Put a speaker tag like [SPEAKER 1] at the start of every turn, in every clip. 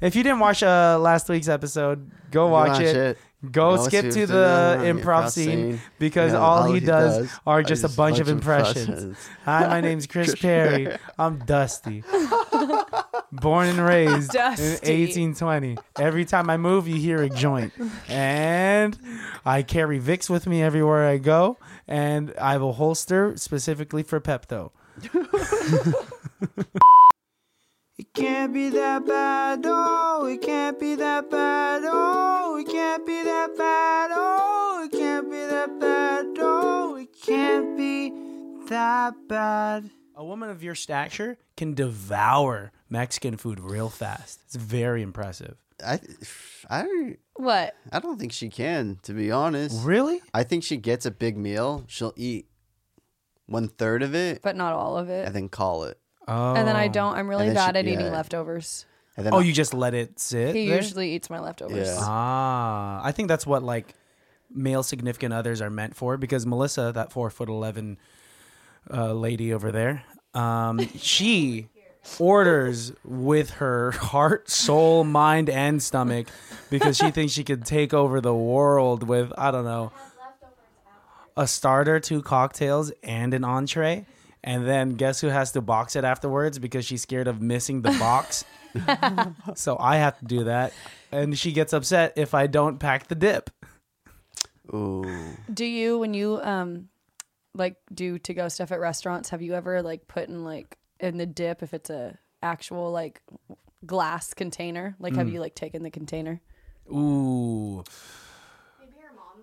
[SPEAKER 1] If you didn't watch uh, last week's episode, go watch, it. Go
[SPEAKER 2] Go
[SPEAKER 1] skip
[SPEAKER 2] to
[SPEAKER 1] to
[SPEAKER 2] the
[SPEAKER 1] the
[SPEAKER 2] improv
[SPEAKER 1] improv scene
[SPEAKER 2] scene.
[SPEAKER 1] because
[SPEAKER 2] You know,
[SPEAKER 1] all he does, are just a bunch of impressions.
[SPEAKER 2] impressions.
[SPEAKER 1] Hi, my name's Chris Perry. I'm Dusty. Born and raised in
[SPEAKER 3] Dusty.
[SPEAKER 1] 1820. Every time I move, you hear a joint. And I carry Vicks with me everywhere I go. And I have a holster specifically for Pepto. It can't be that bad, oh, it can't be that bad, oh, it can't be that bad, oh, it can't be that bad, oh, it can't be that bad. A woman of your stature can devour Mexican food real fast. It's very impressive.
[SPEAKER 2] I, I, don't-
[SPEAKER 3] What?
[SPEAKER 2] I don't think she can, to be honest.
[SPEAKER 1] Really?
[SPEAKER 2] I think she gets a big meal. She'll eat one third of it
[SPEAKER 3] But not all of it.
[SPEAKER 2] and then call it.
[SPEAKER 1] Oh.
[SPEAKER 3] and then I don't. I'm really
[SPEAKER 2] And then
[SPEAKER 3] bad
[SPEAKER 2] she-
[SPEAKER 3] at eating
[SPEAKER 2] yeah.
[SPEAKER 3] leftovers.
[SPEAKER 2] And then
[SPEAKER 1] Oh, you just let it sit?
[SPEAKER 3] He
[SPEAKER 1] there?
[SPEAKER 3] usually eats my leftovers.
[SPEAKER 2] Yeah.
[SPEAKER 1] Ah, I think that's what like male significant others are meant for because Melissa, that four foot eleven uh, lady over there, um, she orders with her heart, soul, mind, and stomach because she thinks she could take over the world with I don't know a starter, two cocktails, and an entree. And then guess who has to box it afterwards because she's scared of missing the box? so I have to do that. And she gets upset if I don't pack the dip.
[SPEAKER 2] Ooh.
[SPEAKER 3] Do you when you um like do to go stuff at restaurants? Have you ever like put in like in the dip if it's a actual like glass container? Like
[SPEAKER 1] Mm.
[SPEAKER 3] have you like taken the container
[SPEAKER 1] Ooh.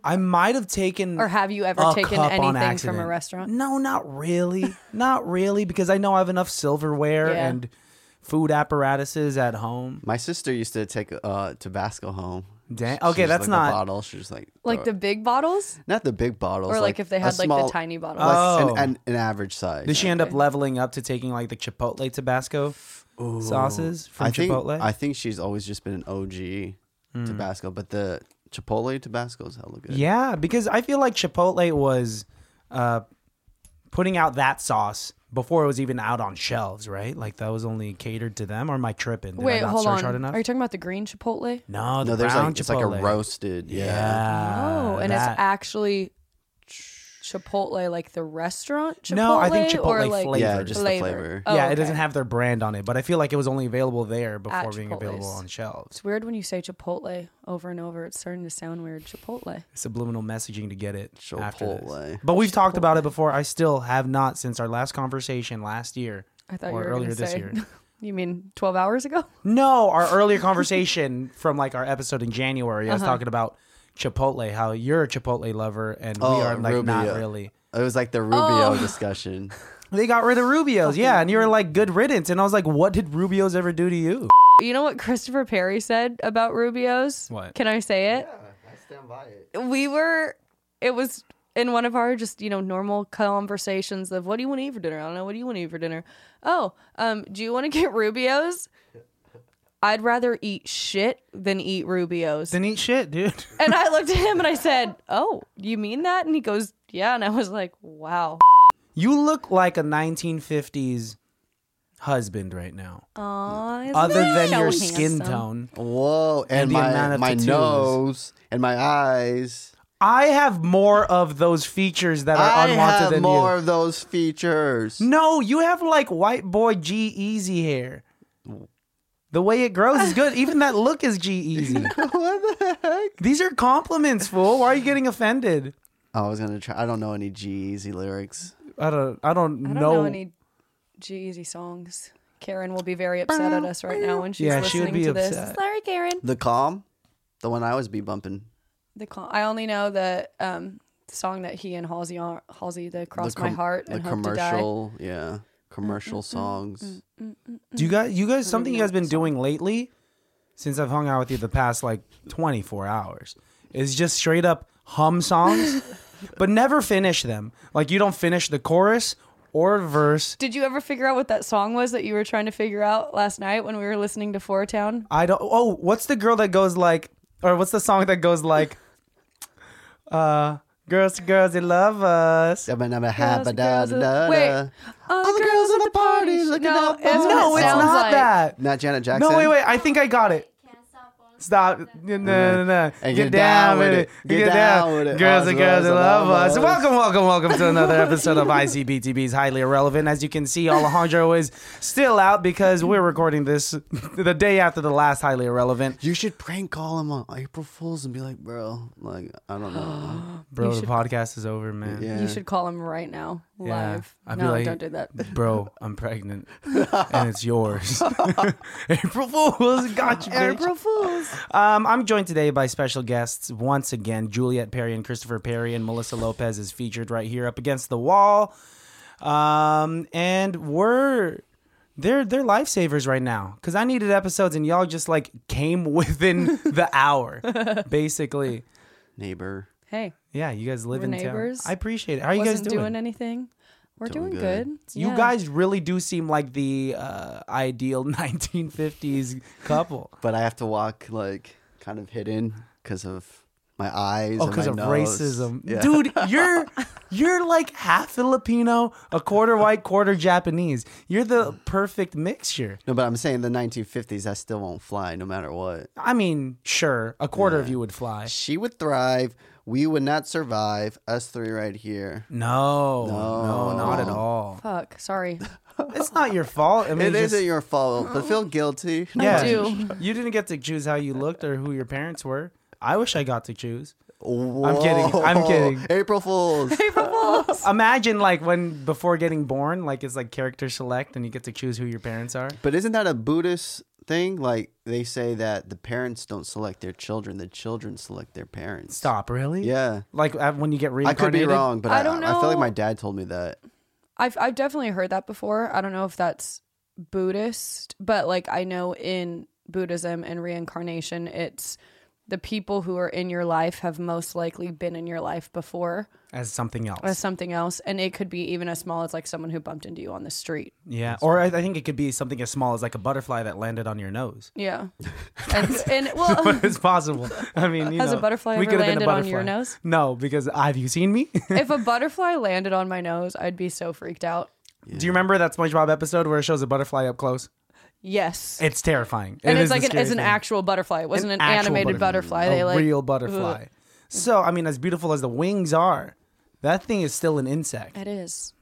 [SPEAKER 1] I might have taken
[SPEAKER 3] or have you ever
[SPEAKER 1] a
[SPEAKER 3] taken
[SPEAKER 1] cup on
[SPEAKER 3] anything from a
[SPEAKER 1] accident.
[SPEAKER 3] restaurant?
[SPEAKER 1] No, not really. not really, because I know I have enough silverware
[SPEAKER 3] Yeah.
[SPEAKER 1] and food apparatuses at home.
[SPEAKER 2] My sister used to take uh, Tabasco home.
[SPEAKER 1] Dang.
[SPEAKER 2] She
[SPEAKER 1] Okay,
[SPEAKER 2] just,
[SPEAKER 1] that's
[SPEAKER 2] like,
[SPEAKER 1] not-
[SPEAKER 2] the bottle. She just like
[SPEAKER 3] Like the big bottles?
[SPEAKER 2] not the big bottles,
[SPEAKER 3] Or like, if they
[SPEAKER 2] a
[SPEAKER 3] had like
[SPEAKER 2] small-
[SPEAKER 3] the tiny bottles?
[SPEAKER 2] like,
[SPEAKER 1] Oh.
[SPEAKER 2] an, an, an average size.
[SPEAKER 1] Did she end up leveling up to taking like the Chipotle Tabasco sauces from
[SPEAKER 2] I think
[SPEAKER 1] Chipotle? Hmm.
[SPEAKER 2] I think she's always just been an OG Tabasco, but the Chipotle Tabasco is hella good.
[SPEAKER 1] Yeah, because I feel like Chipotle was uh, putting out that sauce before it was even out on shelves, right? Like that was only catered to them. Or am I tripping? Did I
[SPEAKER 3] Wait,
[SPEAKER 1] not
[SPEAKER 3] hold
[SPEAKER 1] search
[SPEAKER 3] on.
[SPEAKER 1] hard enough?
[SPEAKER 3] Are you talking about the green Chipotle?
[SPEAKER 1] no, the
[SPEAKER 2] No, there's
[SPEAKER 1] brown
[SPEAKER 2] like
[SPEAKER 1] Chipotle.
[SPEAKER 2] it's like a roasted. Yeah.
[SPEAKER 1] Yeah.
[SPEAKER 3] oh, and
[SPEAKER 1] that.
[SPEAKER 3] it's actually Chipotle, like the restaurant Chipotle?
[SPEAKER 1] No, I think
[SPEAKER 3] or
[SPEAKER 1] Chipotle
[SPEAKER 3] like
[SPEAKER 1] flavor.
[SPEAKER 2] Yeah, just
[SPEAKER 3] flavor.
[SPEAKER 2] the flavor.
[SPEAKER 3] Oh,
[SPEAKER 1] yeah, it
[SPEAKER 3] okay.
[SPEAKER 1] doesn't have their brand on it, but I feel like it was only available there before being
[SPEAKER 3] Chipotle's.
[SPEAKER 1] available on shelves.
[SPEAKER 3] It's weird when you say Chipotle over and over. It's starting to sound weird. Chipotle.
[SPEAKER 1] Subliminal messaging to get it. After this.
[SPEAKER 2] Chipotle.
[SPEAKER 1] But we've talked about it before. I still have not since our last conversation last year
[SPEAKER 3] I thought
[SPEAKER 1] or
[SPEAKER 3] you were
[SPEAKER 1] earlier
[SPEAKER 3] gonna
[SPEAKER 1] this
[SPEAKER 3] say,
[SPEAKER 1] year.
[SPEAKER 3] You mean 12 hours ago?
[SPEAKER 1] No, our earlier conversation from like our episode in January, I was talking about Chipotle, how you're a Chipotle lover and
[SPEAKER 2] Oh,
[SPEAKER 1] we are like not
[SPEAKER 2] Rubio.
[SPEAKER 1] really.
[SPEAKER 2] It was like the Rubio
[SPEAKER 1] Oh.
[SPEAKER 2] discussion.
[SPEAKER 1] They got rid of Rubio's, yeah, and you were like good riddance, and I was like, what did Rubio's ever do to you?
[SPEAKER 3] You know what Christopher Perry said about Rubio's?
[SPEAKER 1] What?
[SPEAKER 3] Can I say it?
[SPEAKER 2] I stand by it.
[SPEAKER 3] We were, it was in one of our just, you know, normal conversations of what do you want to eat for dinner? I don't know. What do you want to eat for dinner? Oh, um, do you want to get Rubio's? I'd rather eat shit than eat Rubio's.
[SPEAKER 1] Didn't eat shit, dude.
[SPEAKER 3] And I looked at him and I said, Oh, you mean that? And he goes, Yeah. And I was like, Wow.
[SPEAKER 1] You look like a 1950s husband right now,
[SPEAKER 3] Aww,
[SPEAKER 1] other than your skin tone.
[SPEAKER 2] Whoa, and,
[SPEAKER 1] the amount
[SPEAKER 2] my
[SPEAKER 1] of
[SPEAKER 2] my
[SPEAKER 1] tattoos.
[SPEAKER 2] nose and my eyes.
[SPEAKER 1] I have more of those features that are
[SPEAKER 2] I
[SPEAKER 1] unwanted
[SPEAKER 2] have
[SPEAKER 1] than
[SPEAKER 2] more
[SPEAKER 1] you. Mm.
[SPEAKER 2] of those features.
[SPEAKER 1] No, you have like white boy G Easy hair. The way it grows is good. Even that look is G Easy.
[SPEAKER 2] what the heck?
[SPEAKER 1] These are compliments, fool. Why are you getting offended?
[SPEAKER 2] Oh, I was gonna try. I don't know any G Eazy lyrics.
[SPEAKER 1] I don't. I don't,
[SPEAKER 3] I don't know any G-Eazy songs. Karen will be very upset at us right now when she's
[SPEAKER 1] Yeah, she
[SPEAKER 3] listening
[SPEAKER 1] would be
[SPEAKER 3] to this.
[SPEAKER 1] upset.
[SPEAKER 3] Sorry, Karen.
[SPEAKER 2] The Calm, the one I always be bumping.
[SPEAKER 3] The cl- I only know the um, song that he and Halsey are, Halsey the Cross
[SPEAKER 2] the
[SPEAKER 3] My
[SPEAKER 2] com-
[SPEAKER 3] Heart
[SPEAKER 2] the
[SPEAKER 3] and Hope to Die. Mm,
[SPEAKER 2] commercial, yeah, commercial songs.
[SPEAKER 1] Do you guys? You guys? Something you guys been doing lately, since I've hung out with you the past like twenty four hours, is just straight up hum songs, but never finish them. Like you don't finish the chorus or verse.
[SPEAKER 3] Did you ever figure out what that song was that you were trying to figure out last night when we were listening to Four Town?
[SPEAKER 1] I don't. Oh, what's the girl that goes like, or what's the song that goes like, uh, girls to girls they love us.
[SPEAKER 2] Dabba dabba
[SPEAKER 3] Girls,
[SPEAKER 2] habba
[SPEAKER 3] girls,
[SPEAKER 2] dabba da
[SPEAKER 3] wait.
[SPEAKER 2] da.
[SPEAKER 3] All
[SPEAKER 2] the girls at the party looking
[SPEAKER 3] no,
[SPEAKER 2] out
[SPEAKER 3] that's
[SPEAKER 2] for
[SPEAKER 3] what it
[SPEAKER 1] No, it's
[SPEAKER 3] sounds
[SPEAKER 1] not
[SPEAKER 3] like.
[SPEAKER 1] that.
[SPEAKER 2] Not Janet Jackson.
[SPEAKER 1] No, wait, wait. I think I got it. Stop. No, no, no, no.
[SPEAKER 2] And get down with it. Get down with it.
[SPEAKER 1] Girls
[SPEAKER 2] Us
[SPEAKER 1] and girls
[SPEAKER 2] girls
[SPEAKER 1] that
[SPEAKER 2] that
[SPEAKER 1] love us.
[SPEAKER 2] love us.
[SPEAKER 1] Welcome, welcome, welcome to another episode of ICBTB's Highly Irrelevant. As you can see, Alejandro is still out because we're recording this the day after the last Highly Irrelevant.
[SPEAKER 2] You should prank call him on April Fools and be like, bro, like I don't know.
[SPEAKER 1] Bro,
[SPEAKER 3] You
[SPEAKER 1] the
[SPEAKER 3] should-
[SPEAKER 1] podcast is over, man.
[SPEAKER 2] yeah.
[SPEAKER 3] You should call him right now,
[SPEAKER 1] Yeah.
[SPEAKER 3] live.
[SPEAKER 1] I'd be
[SPEAKER 3] no,
[SPEAKER 1] like-
[SPEAKER 3] don't do that.
[SPEAKER 1] Bro, I'm pregnant and it's yours. April Fools got you, bitch.
[SPEAKER 3] April Fools.
[SPEAKER 1] Um, I'm joined today by special guests once again. Juliet Perry and Christopher Perry and Melissa Lopez is featured right here up against the wall. Um, and we're they're they're lifesavers right now because I needed episodes and y'all just like came within the hour, basically.
[SPEAKER 2] Neighbor.
[SPEAKER 3] Hey,
[SPEAKER 1] Yeah, you guys live
[SPEAKER 3] We're
[SPEAKER 1] in
[SPEAKER 3] neighbors.
[SPEAKER 1] town. I appreciate it. How are you
[SPEAKER 3] wasn't
[SPEAKER 1] guys doing?
[SPEAKER 3] anything. We're
[SPEAKER 2] Doing
[SPEAKER 3] doing,
[SPEAKER 2] good.
[SPEAKER 3] good.
[SPEAKER 1] you
[SPEAKER 3] Yeah.
[SPEAKER 1] guys really do seem like the uh, ideal 1950s couple.
[SPEAKER 2] But I have to walk like kind of hidden because of my eyes.
[SPEAKER 1] Oh,
[SPEAKER 2] and
[SPEAKER 1] because
[SPEAKER 2] my
[SPEAKER 1] of
[SPEAKER 2] nose.
[SPEAKER 1] racism,
[SPEAKER 2] Yeah.
[SPEAKER 1] dude. You're you're like half Filipino, a quarter white, quarter Japanese. You're the
[SPEAKER 2] Mm.
[SPEAKER 1] perfect mixture.
[SPEAKER 2] No, but I'm saying the 1950s. I still won't fly, no matter what.
[SPEAKER 1] I mean, sure, a quarter of you would fly.
[SPEAKER 2] She would thrive. We would not survive. Us three right here.
[SPEAKER 1] No, no,
[SPEAKER 2] No.
[SPEAKER 1] not at all.
[SPEAKER 3] Fuck. Sorry.
[SPEAKER 1] It's not your fault. I mean,
[SPEAKER 2] It
[SPEAKER 1] just,
[SPEAKER 2] not your fault, but feel guilty.
[SPEAKER 1] yeah,
[SPEAKER 3] do.
[SPEAKER 1] you didn't get to choose how you looked or who your parents were. I wish I got to choose.
[SPEAKER 2] I'm
[SPEAKER 1] kidding. I'm kidding.
[SPEAKER 2] April Fools.
[SPEAKER 1] Imagine like when before getting born, like it's like character select, and you get to choose who your parents are.
[SPEAKER 2] But isn't that a Buddhist thing? Like they say that the parents don't select their children; the children select their parents.
[SPEAKER 1] Stop, really?
[SPEAKER 2] Yeah,
[SPEAKER 1] Like at- when you get
[SPEAKER 2] I could
[SPEAKER 1] reincarnated.
[SPEAKER 2] be wrong, but I,
[SPEAKER 3] I don't
[SPEAKER 2] I feel like
[SPEAKER 3] know.
[SPEAKER 2] my dad told me that.
[SPEAKER 3] I've I've definitely heard that before. I don't know if that's Buddhist, but like I know in Buddhism and reincarnation, it's the people who are in your life have most likely been in your life before
[SPEAKER 1] as something else.
[SPEAKER 3] as something else, and it could be even as small as like someone who bumped into you on the street.
[SPEAKER 1] Yeah, or I, I think it could be something as small as like a butterfly that landed on your nose.
[SPEAKER 3] Yeah, and, and well,
[SPEAKER 1] it's possible. I mean, you
[SPEAKER 3] Has a
[SPEAKER 1] know,
[SPEAKER 3] butterfly
[SPEAKER 1] we
[SPEAKER 3] ever
[SPEAKER 1] could have been a
[SPEAKER 3] landed on your
[SPEAKER 1] butterfly.
[SPEAKER 3] nose?
[SPEAKER 1] No, because have you seen me?
[SPEAKER 3] if a butterfly landed on my nose, I'd be so freaked out.
[SPEAKER 1] Do you remember that SpongeBob episode where it shows a butterfly up close?
[SPEAKER 3] Yes.
[SPEAKER 1] It's terrifying.
[SPEAKER 3] and
[SPEAKER 1] It
[SPEAKER 3] it's
[SPEAKER 1] is a
[SPEAKER 3] like an,
[SPEAKER 1] scary
[SPEAKER 3] it's an
[SPEAKER 1] thing.
[SPEAKER 3] actual butterfly. It wasn't an,
[SPEAKER 1] actual
[SPEAKER 3] animated
[SPEAKER 1] butterfly.
[SPEAKER 3] butterfly. They
[SPEAKER 1] a
[SPEAKER 3] like
[SPEAKER 1] real butterfly. So I mean, as beautiful as the wings are, that thing is still an insect.
[SPEAKER 3] It is.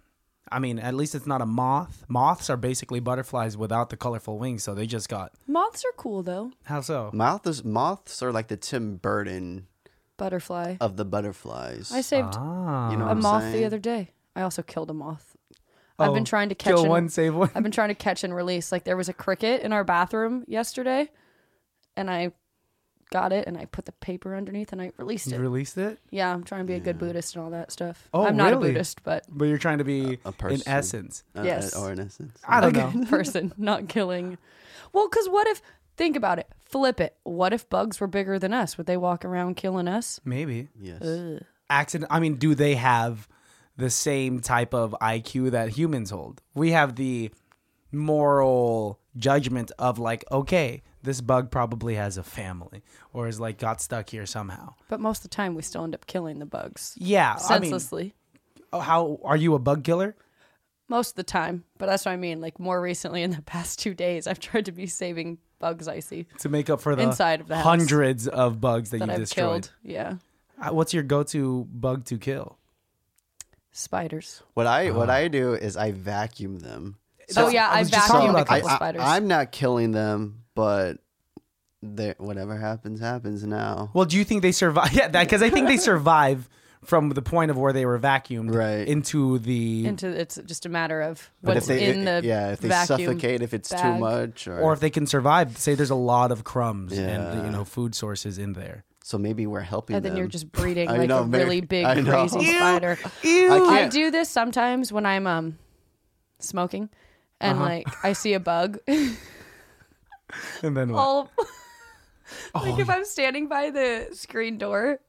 [SPEAKER 1] I mean, at least it's not a moth. Moths are basically butterflies without the colorful wings, so they just got
[SPEAKER 3] Moths are cool though.
[SPEAKER 1] how so?
[SPEAKER 2] Mouth is, moths are like the Tim Burton
[SPEAKER 3] Butterfly.
[SPEAKER 2] of the butterflies.
[SPEAKER 3] I saved
[SPEAKER 1] Ah,
[SPEAKER 2] you know what
[SPEAKER 3] a
[SPEAKER 2] I'm
[SPEAKER 3] moth
[SPEAKER 2] saying?
[SPEAKER 3] the other day. I also killed a moth.
[SPEAKER 1] Oh,
[SPEAKER 3] I've been trying to catch
[SPEAKER 1] kill
[SPEAKER 3] and,
[SPEAKER 1] one, save one.
[SPEAKER 3] I've been trying to catch and release. Like there was a cricket in our bathroom yesterday, and I got it and I put the paper underneath and I released
[SPEAKER 1] You
[SPEAKER 3] it.
[SPEAKER 1] released it.
[SPEAKER 3] yeah, I'm trying to be a good Buddhist and all that stuff.
[SPEAKER 1] Oh,
[SPEAKER 3] I'm not
[SPEAKER 1] really?
[SPEAKER 3] a Buddhist, but
[SPEAKER 1] But you're trying to be
[SPEAKER 2] A- a
[SPEAKER 1] in
[SPEAKER 2] person.
[SPEAKER 1] essence.
[SPEAKER 2] Uh,
[SPEAKER 3] Yes.
[SPEAKER 2] or in essence.
[SPEAKER 1] I don't know.
[SPEAKER 3] a good person, not killing. Well, because what if? Think about it. Flip it. What if bugs were bigger than us? Would they walk around killing us?
[SPEAKER 1] Maybe.
[SPEAKER 2] Yes.
[SPEAKER 1] Accident I mean, do they have the same type of IQ that humans hold? We have the moral judgment of like, okay, this bug probably has a family or is like got stuck here somehow.
[SPEAKER 3] But most of the time, we still end up killing the bugs
[SPEAKER 1] Yeah.
[SPEAKER 3] senselessly.
[SPEAKER 1] I mean, how are you a bug killer?
[SPEAKER 3] most of the time, but that's what I mean. Like more recently, in the past two days, I've tried to be saving bugs I see
[SPEAKER 1] To make up for the
[SPEAKER 3] Inside of the house.
[SPEAKER 1] hundreds of bugs that,
[SPEAKER 3] that
[SPEAKER 1] you
[SPEAKER 3] I've
[SPEAKER 1] destroyed.
[SPEAKER 3] killed. Yeah,
[SPEAKER 1] Uh, What's your go to bug to kill?
[SPEAKER 3] spiders.
[SPEAKER 2] What I what I do is I vacuum them.
[SPEAKER 1] So-
[SPEAKER 3] oh yeah,
[SPEAKER 1] I
[SPEAKER 3] I,
[SPEAKER 1] was just
[SPEAKER 3] vacuumed
[SPEAKER 1] talking
[SPEAKER 3] a
[SPEAKER 1] about
[SPEAKER 3] couple
[SPEAKER 1] this.
[SPEAKER 3] spiders.
[SPEAKER 2] I, am not killing them, but they- whatever happens happens now.
[SPEAKER 1] Well, do you think they survive? Yeah, that because I think they survive from the point of where they were vacuumed
[SPEAKER 2] Right.
[SPEAKER 1] into the
[SPEAKER 3] Into it's just a matter of
[SPEAKER 2] But
[SPEAKER 3] what's
[SPEAKER 2] if they
[SPEAKER 3] in the
[SPEAKER 2] yeah, if they
[SPEAKER 3] vacuum
[SPEAKER 2] suffocate, if it's too
[SPEAKER 3] bag.
[SPEAKER 2] much, or,
[SPEAKER 1] or if they can survive. Say there's a lot of crumbs and
[SPEAKER 2] Yeah.
[SPEAKER 1] you know food sources in there.
[SPEAKER 2] so maybe we're helping.
[SPEAKER 3] and Oh, then
[SPEAKER 2] them.
[SPEAKER 3] you're just breeding
[SPEAKER 2] I
[SPEAKER 3] like
[SPEAKER 2] know,
[SPEAKER 3] a
[SPEAKER 2] maybe-
[SPEAKER 3] really big
[SPEAKER 2] I know.
[SPEAKER 3] crazy
[SPEAKER 2] Ew.
[SPEAKER 3] spider.
[SPEAKER 2] I can't,
[SPEAKER 3] Oh, I do this sometimes when I'm um smoking, and like I see a bug.
[SPEAKER 1] And then what?
[SPEAKER 3] I'll like if I'm standing by the screen door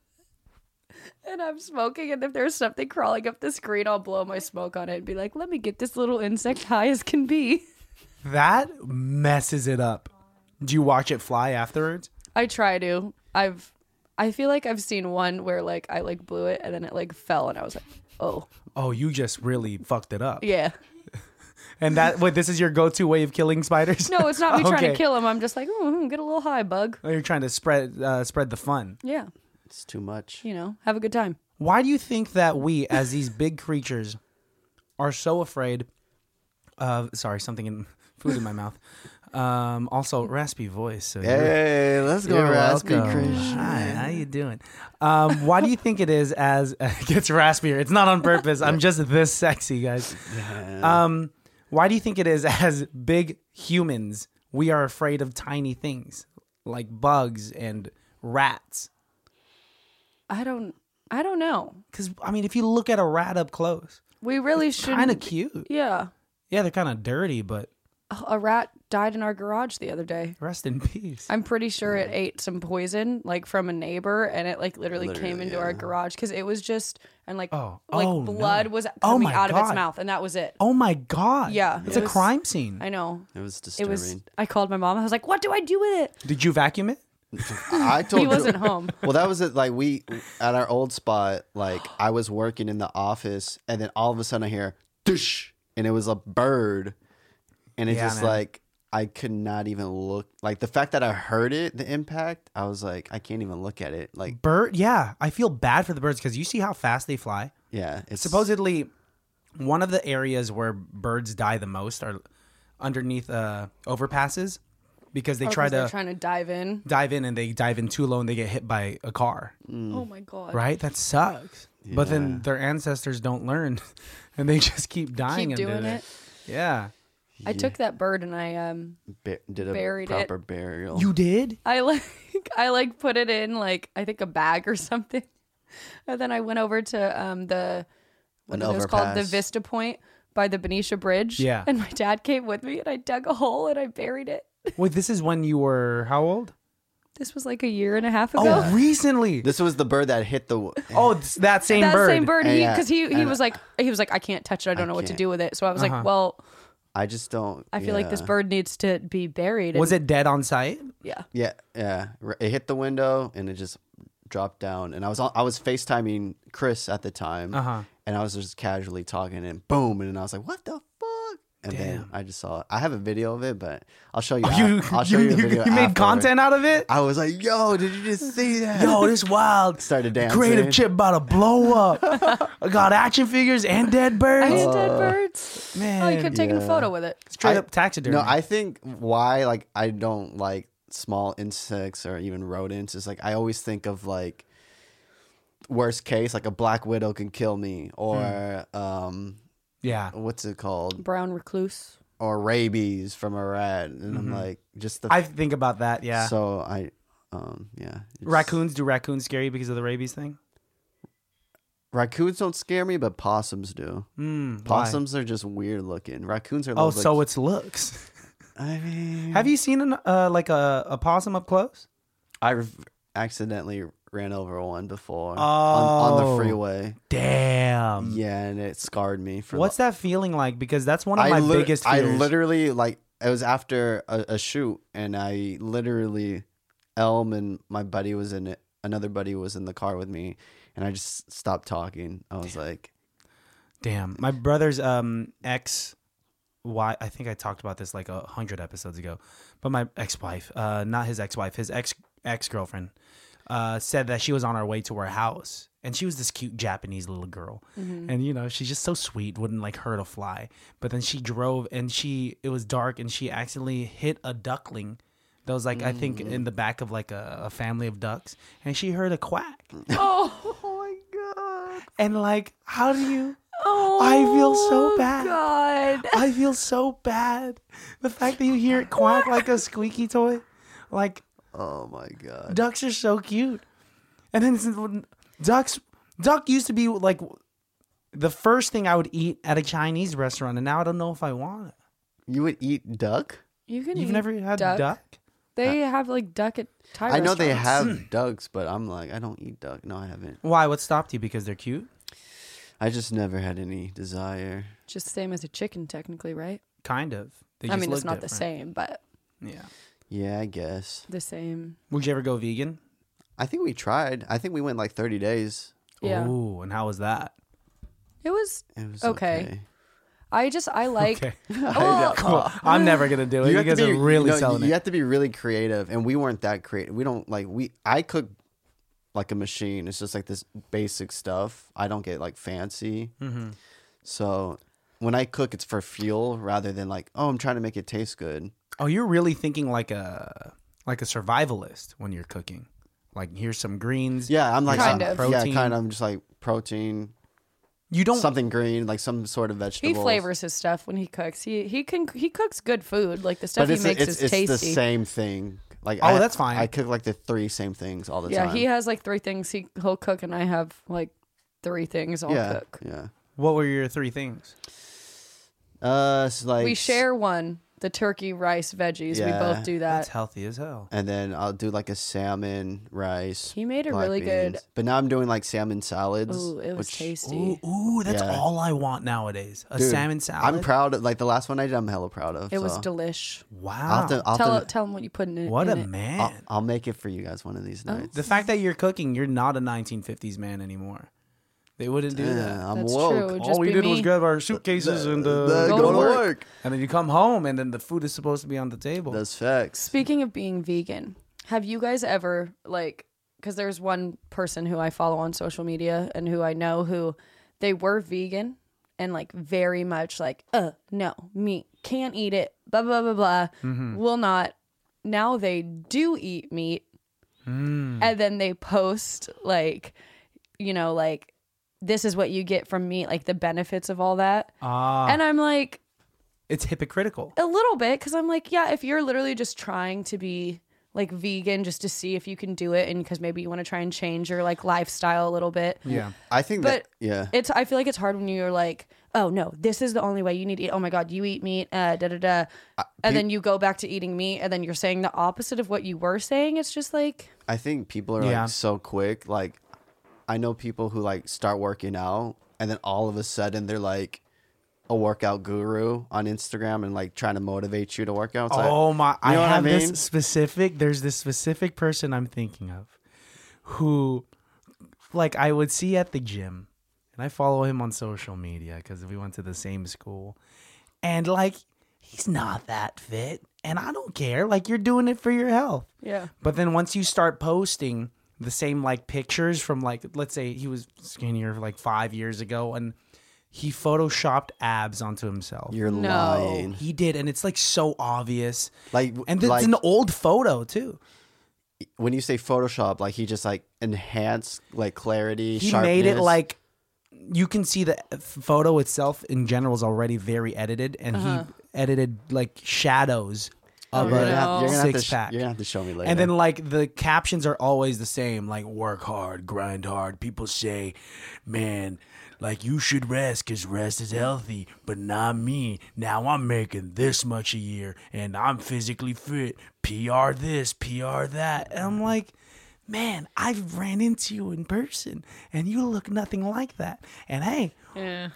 [SPEAKER 3] and I'm smoking, and if there's something crawling up the screen, I'll blow my smoke on it and be like, "Let me get this little insect high as can be."
[SPEAKER 1] that messes it up. Do you watch it fly afterwards?
[SPEAKER 3] I try to. I've. I feel like I've seen one where like I like blew it and then it like fell and I was like, "Oh
[SPEAKER 1] Oh, you just really fucked it up.
[SPEAKER 3] yeah."
[SPEAKER 1] And that what this is your go-to way of killing spiders?
[SPEAKER 3] No, it's not me trying
[SPEAKER 1] Okay.
[SPEAKER 3] to kill him. I'm just like, "Ooh, hmm, get a little high, bug.
[SPEAKER 1] Or you're trying to spread uh, spread the fun.
[SPEAKER 3] Yeah,
[SPEAKER 2] It's too much.
[SPEAKER 3] you know, have a good time.
[SPEAKER 1] Why do you think that we, as these big creatures, are so afraid of? Sorry, something in food in my mouth. Um, also, raspy voice. So you're-
[SPEAKER 2] Hey, let's go,
[SPEAKER 1] You're
[SPEAKER 2] Raspy
[SPEAKER 1] welcome.
[SPEAKER 2] Christian.
[SPEAKER 1] Hi, how you doing? Um, why do you think it is as it gets raspier? It's not on purpose. I'm just this sexy, guys. Um, why do you think it is as big humans we are afraid of tiny things like bugs and rats?
[SPEAKER 3] I don't, I don't know.
[SPEAKER 1] Because I mean, if you look at a rat up close,
[SPEAKER 3] We really
[SPEAKER 1] kind of
[SPEAKER 3] shouldn't.
[SPEAKER 1] cute.
[SPEAKER 3] Yeah,
[SPEAKER 1] Yeah, they're kind of dirty, but
[SPEAKER 3] a rat died in our garage the other day.
[SPEAKER 1] rest in peace.
[SPEAKER 3] I'm pretty sure it ate some poison, like from a neighbor, and it like literally, came
[SPEAKER 2] Literally,
[SPEAKER 3] into
[SPEAKER 2] yeah.
[SPEAKER 3] our garage because it was just and like
[SPEAKER 1] Oh.
[SPEAKER 3] like
[SPEAKER 1] Oh, no.
[SPEAKER 3] blood was
[SPEAKER 1] Oh,
[SPEAKER 3] coming
[SPEAKER 1] my
[SPEAKER 3] out of its
[SPEAKER 1] God.
[SPEAKER 3] mouth, and that was it.
[SPEAKER 1] Oh my god!
[SPEAKER 3] Yeah,
[SPEAKER 1] it's
[SPEAKER 3] it
[SPEAKER 1] a
[SPEAKER 3] was-
[SPEAKER 1] crime scene.
[SPEAKER 3] I know.
[SPEAKER 2] It was
[SPEAKER 3] It
[SPEAKER 2] disturbing.
[SPEAKER 3] was. I called my mom. I was like, "What do I do with it?"
[SPEAKER 1] Did you vacuum it?
[SPEAKER 2] I told
[SPEAKER 3] He
[SPEAKER 2] you-
[SPEAKER 3] wasn't home.
[SPEAKER 2] Well, that was it. Like we at our old spot, like I was working in the office, and then all of a sudden I hear "doosh," and it was a bird, and it
[SPEAKER 1] Yeah,
[SPEAKER 2] just
[SPEAKER 1] man.
[SPEAKER 2] like I could not even look. Like the fact that I heard it, the impact, I was like, I can't even look at it. Like,
[SPEAKER 1] Bird, yeah. I feel bad for the birds because you see how fast they fly.
[SPEAKER 2] yeah, it's
[SPEAKER 1] Supposedly, one of the areas where birds die the most are underneath uh, overpasses because they try to
[SPEAKER 3] are Oh, trying to dive in.
[SPEAKER 1] dive in and they dive in too low and they get hit by a car.
[SPEAKER 3] Oh my god!
[SPEAKER 1] Mm. Right? That sucks. But then their ancestors don't learn and they just keep dying.
[SPEAKER 3] Keep
[SPEAKER 1] under
[SPEAKER 3] doing
[SPEAKER 1] there.
[SPEAKER 3] it.
[SPEAKER 1] Yeah.
[SPEAKER 3] I took that bird and I um
[SPEAKER 2] ba- did a
[SPEAKER 3] buried it.
[SPEAKER 2] proper burial.
[SPEAKER 1] You did?
[SPEAKER 3] I like I like put it in like I think a bag or something. And then I went over to um the what
[SPEAKER 2] An
[SPEAKER 3] are those called? The
[SPEAKER 2] overpass.
[SPEAKER 3] Vista Point by the Benicia Bridge.
[SPEAKER 1] Yeah.
[SPEAKER 3] And my dad came with me and I dug a hole and I buried it.
[SPEAKER 1] Wait, this is when you were how old?
[SPEAKER 3] This was like a year and a half ago.
[SPEAKER 1] Oh, recently.
[SPEAKER 2] this was the bird that hit the.
[SPEAKER 1] oh, it's that same
[SPEAKER 3] that
[SPEAKER 1] bird.
[SPEAKER 3] same bird, he
[SPEAKER 2] Yeah,
[SPEAKER 3] because he, he
[SPEAKER 2] and-
[SPEAKER 3] was like he was like I can't touch it. I don't know what to
[SPEAKER 2] can't.
[SPEAKER 3] do with it. So I was
[SPEAKER 1] Uh-huh.
[SPEAKER 3] like, well,
[SPEAKER 2] I just don't.
[SPEAKER 3] I feel like this
[SPEAKER 2] yeah.
[SPEAKER 3] bird needs to be buried.
[SPEAKER 1] Was
[SPEAKER 3] and-
[SPEAKER 1] it dead on site?
[SPEAKER 3] Yeah.
[SPEAKER 2] Yeah, yeah. R- It hit the window and it just dropped down. And I was on, I was FaceTiming Chris at the time,
[SPEAKER 1] Uh-huh.
[SPEAKER 2] and I was just casually talking, and boom, and then I was like, "What the fuck?" And then I just saw it. I have a video of it, but I'll show you. af-
[SPEAKER 1] Oh, You,
[SPEAKER 2] Uh, I'll show
[SPEAKER 1] you,
[SPEAKER 2] you. a
[SPEAKER 1] you-
[SPEAKER 2] video
[SPEAKER 1] you made
[SPEAKER 2] afterward.
[SPEAKER 1] content out of it?
[SPEAKER 2] I was like, "Yo, did you just see that?"
[SPEAKER 1] Yo, this wild.
[SPEAKER 2] Started
[SPEAKER 1] The
[SPEAKER 2] dancing.
[SPEAKER 1] Creative chip about to blow up. I got action figures and dead
[SPEAKER 3] I
[SPEAKER 1] birds.
[SPEAKER 3] had dead birds.
[SPEAKER 1] man.
[SPEAKER 3] Oh, you could have taken a
[SPEAKER 2] yeah.
[SPEAKER 3] photo with it.
[SPEAKER 1] Straight
[SPEAKER 2] I-
[SPEAKER 1] up taxidermy.
[SPEAKER 2] No, I think why like I don't like small insects or even rodents is like I always think of like worst case like a black widow can kill me
[SPEAKER 1] Hmm.
[SPEAKER 2] or um
[SPEAKER 1] yeah.
[SPEAKER 2] what's it called
[SPEAKER 3] Brown recluse.
[SPEAKER 2] or rabies from a rat and i'm like just the
[SPEAKER 1] Mm-hmm. I think about that, yeah.
[SPEAKER 2] so i um yeah It's-
[SPEAKER 1] raccoons, do raccoons scare you because of the rabies thing?
[SPEAKER 2] raccoons don't scare me but possums do
[SPEAKER 1] Mm, why?
[SPEAKER 2] possums are just weird looking raccoons are
[SPEAKER 1] Oh,
[SPEAKER 2] those,
[SPEAKER 1] so
[SPEAKER 2] like,
[SPEAKER 1] it's looks.
[SPEAKER 2] i mean
[SPEAKER 1] Have you seen an, uh, like a, a possum up close?
[SPEAKER 2] i have accidentally ran over one before on, on
[SPEAKER 1] Oh.
[SPEAKER 2] the freeway
[SPEAKER 1] Damn.
[SPEAKER 2] Yeah, and it scarred me for
[SPEAKER 1] What's that feeling like? Because that's one of
[SPEAKER 2] I
[SPEAKER 1] my
[SPEAKER 2] lit-
[SPEAKER 1] biggest
[SPEAKER 2] I
[SPEAKER 1] fears.
[SPEAKER 2] literally like it was after a, a shoot, and I literally Elm and my buddy was in it. Another buddy was in the car with me, and I just stopped talking. I was like,
[SPEAKER 1] Damn. My brother's um ex wife I think I talked about this like a hundred episodes ago. But my ex wife, uh not his ex wife, his ex ex girlfriend, uh said that she was on her way to her house and she was this cute Japanese little girl. And you know, she's just so sweet, wouldn't like hurt a fly. But then she drove and she it was dark and she accidentally hit a duckling that was like I think in the back of like a, a family of ducks and she heard a quack.
[SPEAKER 3] Oh,
[SPEAKER 1] And like, how do you
[SPEAKER 3] oh
[SPEAKER 1] I feel so bad.
[SPEAKER 3] God.
[SPEAKER 1] I feel so bad. The fact that you hear it quack like a squeaky toy, like
[SPEAKER 2] "Oh my god!"
[SPEAKER 1] ducks are so cute. And then it's- ducks, duck used to be like the first thing I would eat at a Chinese restaurant, and now I don't know if I want it.
[SPEAKER 2] You would eat duck?
[SPEAKER 3] You can
[SPEAKER 1] You've
[SPEAKER 3] eat
[SPEAKER 1] never had duck?
[SPEAKER 3] duck. They have like duck at Thai
[SPEAKER 2] I know they
[SPEAKER 3] restaurants.
[SPEAKER 1] Hmm.
[SPEAKER 2] have ducks, but I'm like, I don't eat duck. No, I haven't.
[SPEAKER 1] Why? What stopped you? Because they're cute.
[SPEAKER 2] I just never had any desire.
[SPEAKER 3] just same as a chicken technically, right?
[SPEAKER 1] Kind of. They
[SPEAKER 3] I
[SPEAKER 1] just
[SPEAKER 3] mean,
[SPEAKER 1] look
[SPEAKER 3] it's not the
[SPEAKER 1] different.
[SPEAKER 3] same, but
[SPEAKER 1] Yeah.
[SPEAKER 2] Yeah, I guess.
[SPEAKER 3] the same.
[SPEAKER 1] Would you ever go vegan?
[SPEAKER 2] I think we tried. I think we went like 30 days.
[SPEAKER 3] Yeah.
[SPEAKER 1] Oh. Ooh, and how was that?
[SPEAKER 3] It was
[SPEAKER 2] It was
[SPEAKER 3] Okay.
[SPEAKER 2] okay.
[SPEAKER 3] I just I like
[SPEAKER 1] Okay.
[SPEAKER 3] well,
[SPEAKER 1] Cool. I'm never gonna do it. You,
[SPEAKER 2] have to
[SPEAKER 1] guys
[SPEAKER 2] be-
[SPEAKER 1] are really
[SPEAKER 2] you know,
[SPEAKER 1] selling
[SPEAKER 2] You
[SPEAKER 1] it.
[SPEAKER 2] have to be really creative, and we weren't that creative. We don't like we. I cook like a machine. It's just like this basic stuff. I don't get like fancy.
[SPEAKER 1] Mm-hmm.
[SPEAKER 2] So when I cook, it's for fuel rather than like oh, I'm trying to make it taste good.
[SPEAKER 1] Oh, you're really thinking like a like a survivalist when you're cooking. Like here's some greens.
[SPEAKER 2] Yeah, I'm like
[SPEAKER 3] Kind
[SPEAKER 2] I'm-
[SPEAKER 3] of.
[SPEAKER 2] yeah,
[SPEAKER 1] Protein.
[SPEAKER 2] kind of. I'm just like protein,
[SPEAKER 1] You don't.
[SPEAKER 2] something green, like some sort of vegetable.
[SPEAKER 3] he flavors his stuff when he cooks. He he can he cooks good food. Like the stuff
[SPEAKER 2] but
[SPEAKER 3] he
[SPEAKER 2] it's,
[SPEAKER 3] makes
[SPEAKER 2] it's,
[SPEAKER 3] is
[SPEAKER 2] it's
[SPEAKER 3] tasty.
[SPEAKER 2] the same thing. Like
[SPEAKER 1] Oh,
[SPEAKER 2] I-
[SPEAKER 1] that's fine.
[SPEAKER 2] I cook like the three same things all the
[SPEAKER 3] yeah,
[SPEAKER 2] time.
[SPEAKER 3] he has like three things he he'll cook, and I have like three things I'll
[SPEAKER 2] yeah,
[SPEAKER 3] cook.
[SPEAKER 2] yeah.
[SPEAKER 1] What were your three things?
[SPEAKER 2] Uh, it's like
[SPEAKER 3] We share one: the turkey, rice, veggies. We
[SPEAKER 2] Yeah.
[SPEAKER 3] both do
[SPEAKER 1] That's
[SPEAKER 3] that.
[SPEAKER 1] healthy as hell.
[SPEAKER 2] and then I'll do like a salmon rice.
[SPEAKER 3] He made a
[SPEAKER 2] black
[SPEAKER 3] really good-
[SPEAKER 2] beans. But now I'm doing like salmon salads.
[SPEAKER 3] Ooh, it was
[SPEAKER 2] which-
[SPEAKER 3] tasty.
[SPEAKER 1] Ooh, ooh, that's
[SPEAKER 2] Yeah.
[SPEAKER 1] all I want nowadays. A
[SPEAKER 2] Dude,
[SPEAKER 1] salmon salad.
[SPEAKER 2] I'm proud. Of, like the last one I did, I'm hella proud of.
[SPEAKER 3] It was
[SPEAKER 2] so.
[SPEAKER 3] delish.
[SPEAKER 1] Wow.
[SPEAKER 2] I'll, have to, I'll, have
[SPEAKER 3] Tell
[SPEAKER 2] to-
[SPEAKER 3] tell him what you put in it.
[SPEAKER 1] what
[SPEAKER 3] in
[SPEAKER 1] a
[SPEAKER 3] it.
[SPEAKER 1] man.
[SPEAKER 2] I'll, I'll make it for you guys one of these
[SPEAKER 3] Oh,
[SPEAKER 2] nights.
[SPEAKER 1] the fact that you're cooking, you're not a 1950s man anymore. They wouldn't do that.
[SPEAKER 2] Yeah, I'm
[SPEAKER 3] That's
[SPEAKER 2] woke.
[SPEAKER 3] true. It would just be me.
[SPEAKER 1] our suitcases and uh,
[SPEAKER 2] Uh,
[SPEAKER 3] Go
[SPEAKER 2] go
[SPEAKER 3] to
[SPEAKER 2] to
[SPEAKER 3] work.
[SPEAKER 2] work.
[SPEAKER 1] And then you come home, and then the food is supposed to be on the table.
[SPEAKER 2] Those facts.
[SPEAKER 3] Speaking of being vegan, have you guys ever like cuz there's one person who I follow on social media and who I know who they were vegan and like very much like uh no, meat can't eat it, blah blah blah blah,
[SPEAKER 1] Mm-hmm.
[SPEAKER 3] will not. Now they do eat meat.
[SPEAKER 1] Mm.
[SPEAKER 3] And then they post like you know like this is what you get from meat, like the benefits of all that.
[SPEAKER 1] Ah,
[SPEAKER 3] And I'm like
[SPEAKER 1] it's hypocritical.
[SPEAKER 3] a little bit because I'm like, yeah, if you're literally just trying to be like vegan just to see if you can do it, and because maybe you want to try and change your like lifestyle a little bit.
[SPEAKER 1] Yeah.
[SPEAKER 2] I think that.
[SPEAKER 3] But-
[SPEAKER 2] Yeah.
[SPEAKER 3] It's I feel like it's hard when you're like, oh no, this is the only way you need to eat. Oh my god, you eat meat, uh, da da da, and then you go back to eating meat, and then you're saying the opposite of what you were saying. It's just like,
[SPEAKER 2] I think people are
[SPEAKER 1] Yeah.
[SPEAKER 2] like so quick. Like, I know people who like start working out and then all of a sudden they're like a workout guru on Instagram and like trying to motivate you to work out. It's like-
[SPEAKER 1] Oh my!
[SPEAKER 2] You know
[SPEAKER 1] I
[SPEAKER 2] what I
[SPEAKER 1] have
[SPEAKER 2] mean?
[SPEAKER 1] this specific. There's this specific person I'm thinking of, who, like, I would see at the gym, and I follow him on social media because we went to the same school, and like, he's not that fit, and I don't care. Like, you're doing it for your health.
[SPEAKER 3] yeah,
[SPEAKER 1] But then once you start posting the same like pictures from like let's say he was skinnier like five years ago and he photoshopped abs onto himself.
[SPEAKER 2] You're
[SPEAKER 3] No.
[SPEAKER 2] lying.
[SPEAKER 1] he did, and it's like so obvious.
[SPEAKER 2] Like,
[SPEAKER 1] And it's
[SPEAKER 2] like
[SPEAKER 1] an old photo too.
[SPEAKER 2] when you say Photoshop, like he just like enhanced like clarity.
[SPEAKER 1] He made it
[SPEAKER 2] sharpness.
[SPEAKER 1] like you can see the photo itself in general is already very edited, and he edited like shadows
[SPEAKER 2] Oh, Uh, You're
[SPEAKER 1] of
[SPEAKER 2] gonna
[SPEAKER 1] a
[SPEAKER 2] have- you're gonna have to
[SPEAKER 1] six
[SPEAKER 2] sh-
[SPEAKER 1] pack.
[SPEAKER 2] You're gonna have to show me later.
[SPEAKER 1] And then like the captions are always the same, like work hard, grind hard. People say, "Man, like you should rest cuz rest is healthy, but not me. Now I'm making this much a year and I'm physically fit. PR this, PR that." And I'm like, "Man, I've ran into you in person and you look nothing like that." And hey,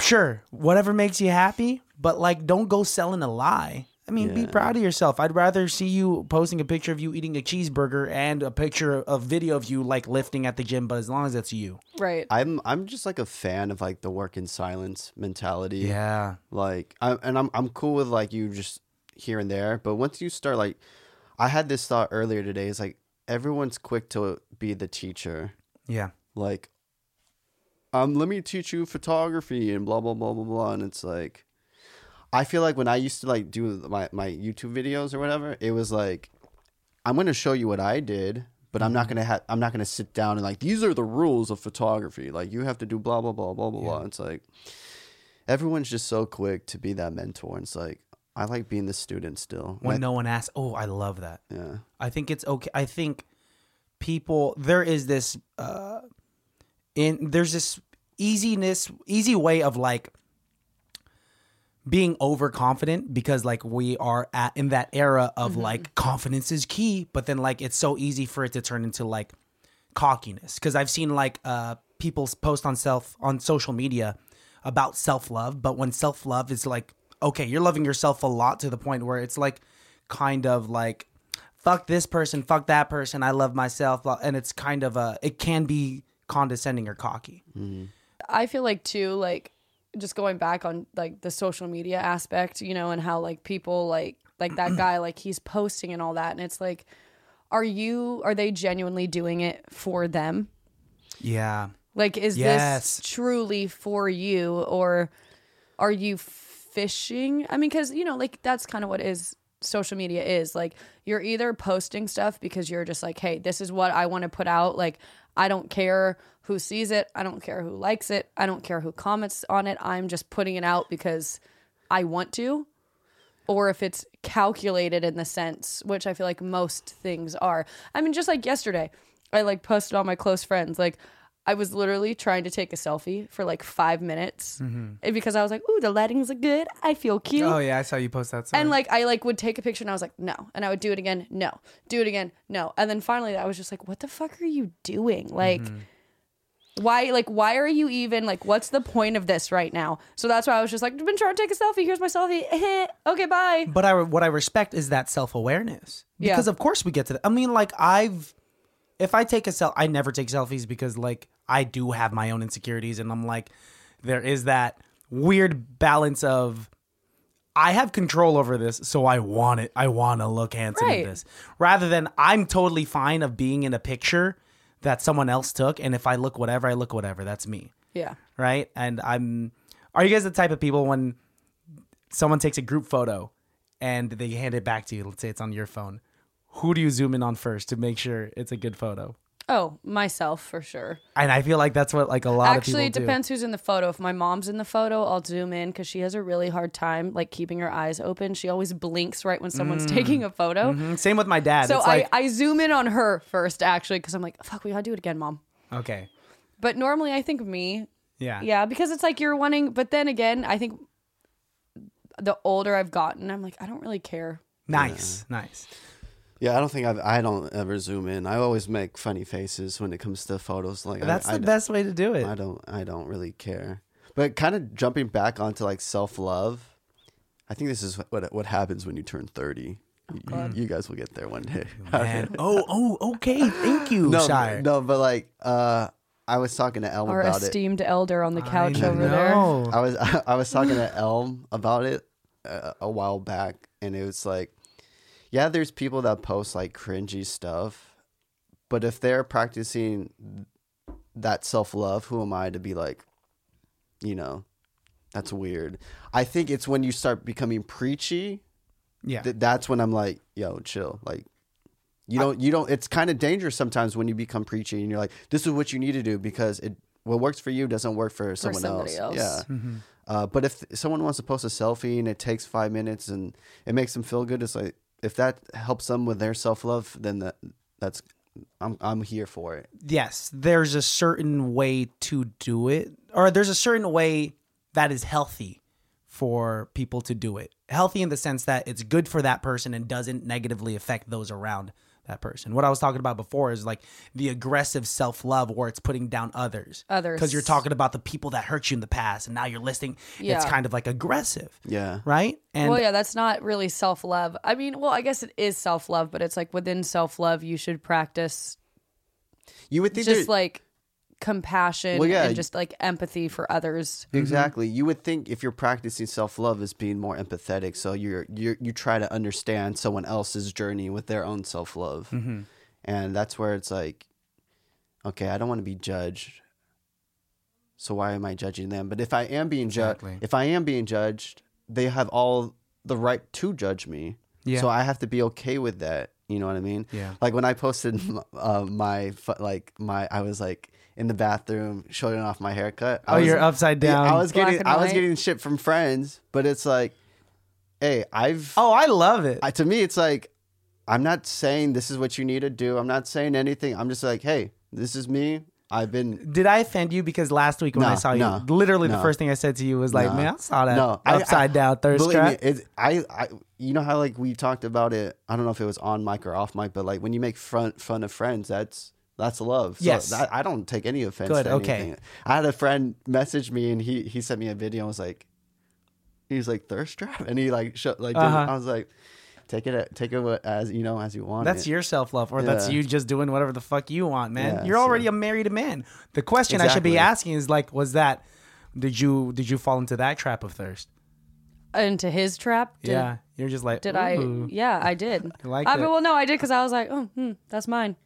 [SPEAKER 1] sure, whatever makes you happy, but like don't go selling a lie. I mean, be proud of yourself. I'd rather see you posting a picture of you eating a cheeseburger and a picture of video of you like lifting at the gym, but as long as that's you.
[SPEAKER 3] right.
[SPEAKER 2] I'm I'm just like a fan of like the work in silence mentality.
[SPEAKER 1] Yeah.
[SPEAKER 2] like I, and I'm I'm cool with like you just here and there, but once you start like I had this thought earlier today is like everyone's quick to be the teacher.
[SPEAKER 1] Yeah.
[SPEAKER 2] Like um let me teach you photography and blah blah blah blah blah and it's like I feel like when I used to like do my my YouTube videos or whatever, it was like I'm going to show you what I did, but I'm
[SPEAKER 1] Mm-hmm.
[SPEAKER 2] not going to have I'm not going to sit down and like these are the rules of photography. Like you have to do blah blah blah blah blah blah. It's like everyone's just so quick to be that mentor. And it's like I like being the student still.
[SPEAKER 1] When
[SPEAKER 2] Like,
[SPEAKER 1] no one asks, oh, I love that.
[SPEAKER 2] yeah.
[SPEAKER 1] I think it's okay. I think people there is this uh in there's this easiness easy way of like being overconfident because like we are at in that era of like confidence is key, but then like it's so easy for it to turn into like cockiness because I've seen like uh people post on self on social media about self love, but when self love is like okay, you're loving yourself a lot to the point where it's like kind of like fuck this person, fuck that person, I love myself, blah- and it's kind of a it can be condescending or cocky.
[SPEAKER 3] I feel like too, like just going back on like the social media aspect, you know, and how like people like like that guy like he's posting and all that and it's like are you are they genuinely doing it for them?
[SPEAKER 1] Yeah.
[SPEAKER 3] Like is
[SPEAKER 1] Yes.
[SPEAKER 3] this truly for you or are you fishing? I mean cuz you know like that's kind of what is social media is. Like you're either posting stuff because you're just like, "Hey, this is what I want to put out." Like I don't care who sees it, I don't care who likes it, I don't care who comments on it. I'm just putting it out because I want to. Or if it's calculated in the sense, which I feel like most things are. I mean, just like yesterday, I like posted all my close friends. Like, I was literally trying to take a selfie for like five minutes and because I was like, ooh, the lighting's good. I feel cute.
[SPEAKER 1] Mm-hmm. Oh yeah, I saw you post that.
[SPEAKER 3] Mm. And like I like would take a picture and I was like, no. And I would do it again, no. Do it again, no. And then finally I was just like, what the fuck are you doing? Like
[SPEAKER 1] Mm-hmm.
[SPEAKER 3] why like why are you even like what's the point of this right now? So that's why I was just like, I've been trying to take a selfie. Here's my selfie. okay, bye.
[SPEAKER 1] but I what I respect is that self awareness
[SPEAKER 3] Yeah.
[SPEAKER 1] because of course we get to that. I mean, like I've if I take a self, I never take selfies because like I do have my own insecurities, and I'm like there is that weird balance of I have control over this, so I want it. I want to look handsome
[SPEAKER 3] Right.
[SPEAKER 1] in this, rather than I'm totally fine of being in a picture that someone else took, and if I look whatever, I look whatever. That's me
[SPEAKER 3] Yeah.
[SPEAKER 1] right? And I'm are you guys the type of people when someone takes a group photo and they hand it back to you, let's say it's on your phone, who do you zoom in on first to make sure it's a good photo?
[SPEAKER 3] Oh, myself for sure.
[SPEAKER 1] And I feel like that's what like a lot
[SPEAKER 3] Actually,
[SPEAKER 1] of
[SPEAKER 3] it
[SPEAKER 1] people
[SPEAKER 3] depends who's in the photo. If my mom's in the photo, I'll zoom in because she has a really hard time like keeping her eyes open. She always blinks right when someone's taking a photo.
[SPEAKER 1] do. Mhm. Same with my dad.
[SPEAKER 3] So
[SPEAKER 1] Mm. it's like
[SPEAKER 3] I, I zoom in on her first actually because I'm like, fuck, we gotta do it again, mom.
[SPEAKER 1] okay.
[SPEAKER 3] But normally I think me,
[SPEAKER 1] Yeah.
[SPEAKER 3] yeah, because it's like you're wanting. But then again, I think the older I've gotten, I'm like, I don't really care.
[SPEAKER 1] Nice. Nice.
[SPEAKER 2] Yeah, I don't think I've, I don't ever zoom in. I always make funny faces when it comes to photos. Like I-
[SPEAKER 1] That's
[SPEAKER 2] I,
[SPEAKER 1] the
[SPEAKER 2] d-
[SPEAKER 1] best way to do it.
[SPEAKER 2] I don't I don't really care. But kind of jumping back onto like self love, I think this is what what happens when you turn thirty. You- you, guys will get there one day.
[SPEAKER 1] Man. oh, oh, okay. Thank you,
[SPEAKER 2] no,
[SPEAKER 1] Shire.
[SPEAKER 2] no, but like uh, I was talking to Elm
[SPEAKER 3] Our
[SPEAKER 2] about it.
[SPEAKER 3] esteemed elder on the couch
[SPEAKER 1] I
[SPEAKER 3] over there.
[SPEAKER 1] know.
[SPEAKER 2] I was I was talking to Elm about it a, a while back, and it was like, yeah, there's people that post like cringy stuff, but if they're practicing that self love, who am I to be like, you know, that's weird. I think it's when you start becoming preachy
[SPEAKER 1] Yeah.
[SPEAKER 2] th- that's when I'm like, yo, chill. Like, you don't, you don't. It's kind of dangerous sometimes when you become preachy and you're like, this is what you need to do because it what works for you doesn't work for someone
[SPEAKER 3] somebody
[SPEAKER 2] else.
[SPEAKER 3] else.
[SPEAKER 2] Yeah. Uh, but if someone wants to post a selfie and it takes five minutes and it makes them feel good, it's like if that helps them with their self love, then that that's I'm I'm here for it.
[SPEAKER 1] yes, there's a certain way to do it, or there's a certain way that is healthy for people to do it. Healthy in the sense that it's good for that person and doesn't negatively affect those around that person. What I was talking about before is like the aggressive self love where it's putting down others.
[SPEAKER 3] Others.
[SPEAKER 1] Because you're talking about the people that hurt you in the past and now you're listing. It's
[SPEAKER 3] Yeah.
[SPEAKER 1] kind of like aggressive,
[SPEAKER 2] Yeah.
[SPEAKER 1] right? And
[SPEAKER 3] well, yeah, that's not really self love. I mean, well, I guess it is self love, but it's like within self love, you should practice
[SPEAKER 2] You would think
[SPEAKER 3] just
[SPEAKER 2] there-
[SPEAKER 3] like compassion
[SPEAKER 2] Well, yeah,
[SPEAKER 3] and
[SPEAKER 2] you-
[SPEAKER 3] just like empathy for others.
[SPEAKER 1] Mm-hmm.
[SPEAKER 2] Exactly. You would think if you're practicing self love as being more empathetic, so you're you you try to understand someone else's journey with their own self love,
[SPEAKER 1] Mm-hmm.
[SPEAKER 2] and that's where it's like, okay, I don't want to be judged, so why am I judging them? But if I am being
[SPEAKER 1] Exactly.
[SPEAKER 2] judged, if I am being judged, they have all the right to judge me.
[SPEAKER 1] Yeah.
[SPEAKER 2] So I have to be okay with that. You know what I mean?
[SPEAKER 1] Yeah.
[SPEAKER 2] Like when I posted uh, my fu- like my I was like in the bathroom showing off my haircut. I
[SPEAKER 1] Oh,
[SPEAKER 2] was-
[SPEAKER 1] you're upside
[SPEAKER 2] yeah,
[SPEAKER 1] down.
[SPEAKER 2] I was
[SPEAKER 3] Black
[SPEAKER 2] getting
[SPEAKER 3] and
[SPEAKER 2] I was
[SPEAKER 3] white.
[SPEAKER 2] getting shit from friends, but it's like, hey, I've
[SPEAKER 1] oh, I love it.
[SPEAKER 2] I, to me it's like I'm not saying this is what you need to do. I'm not saying anything. I'm just like, hey, this is me. I've been
[SPEAKER 1] Did I offend you? Because last week when
[SPEAKER 2] No,
[SPEAKER 1] I saw you,
[SPEAKER 2] no,
[SPEAKER 1] literally the
[SPEAKER 2] no.
[SPEAKER 1] first thing I said to you was like,
[SPEAKER 2] No.
[SPEAKER 1] "Man, I saw that
[SPEAKER 2] No, I- I-
[SPEAKER 1] upside down thirst
[SPEAKER 2] believe me,
[SPEAKER 1] trap."
[SPEAKER 2] it, I, I you know how like we talked about it. I don't know if it was on mic or off mic, but like when you make fun fun of friends, that's that's love. So
[SPEAKER 1] Yes.
[SPEAKER 2] that, I don't take any offense.
[SPEAKER 1] Good,
[SPEAKER 2] To
[SPEAKER 1] okay.
[SPEAKER 2] Anything. I had a friend message me and he he sent me a video and was like, he was like thirst trap, and he like sho- like did-
[SPEAKER 1] Uh-huh.
[SPEAKER 2] I was like, take it take it as you know as you want.
[SPEAKER 1] That's
[SPEAKER 2] it.
[SPEAKER 1] your self love, or that's
[SPEAKER 2] Yeah.
[SPEAKER 1] you just doing whatever the fuck you want, man.
[SPEAKER 2] Yeah,
[SPEAKER 1] You're
[SPEAKER 2] so-
[SPEAKER 1] already a married man. The question I should be
[SPEAKER 2] Exactly.
[SPEAKER 1] asking is like, was that Did you did you fall into that trap of thirst?
[SPEAKER 3] into his trap. Did,
[SPEAKER 1] yeah, you're just like.
[SPEAKER 3] Did
[SPEAKER 1] "Ooh,
[SPEAKER 3] I? Yeah, I did.
[SPEAKER 1] I like
[SPEAKER 3] I,
[SPEAKER 1] that.
[SPEAKER 3] well, no, I did because I was like, oh, hmm, that's mine.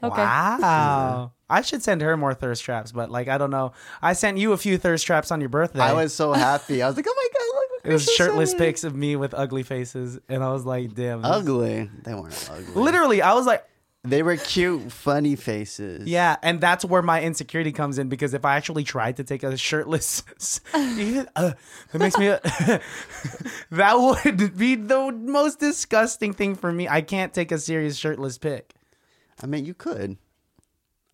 [SPEAKER 3] Okay.
[SPEAKER 1] Wow. I should send her more thirst traps, but like I don't know. I sent you a few thirst traps on your birthday.
[SPEAKER 2] I was so happy. I was like, oh my god, look.
[SPEAKER 1] it was shirtless pics of me with ugly faces, and I was like, damn. this-
[SPEAKER 2] Ugly. They weren't ugly.
[SPEAKER 1] Literally, I was like,
[SPEAKER 2] They were cute, funny faces.
[SPEAKER 1] yeah, and that's where my insecurity comes in because if I actually tried to take a shirtless, even uh, it makes me. that would be the most disgusting thing for me. I can't take a serious shirtless pic.
[SPEAKER 2] I mean, you could.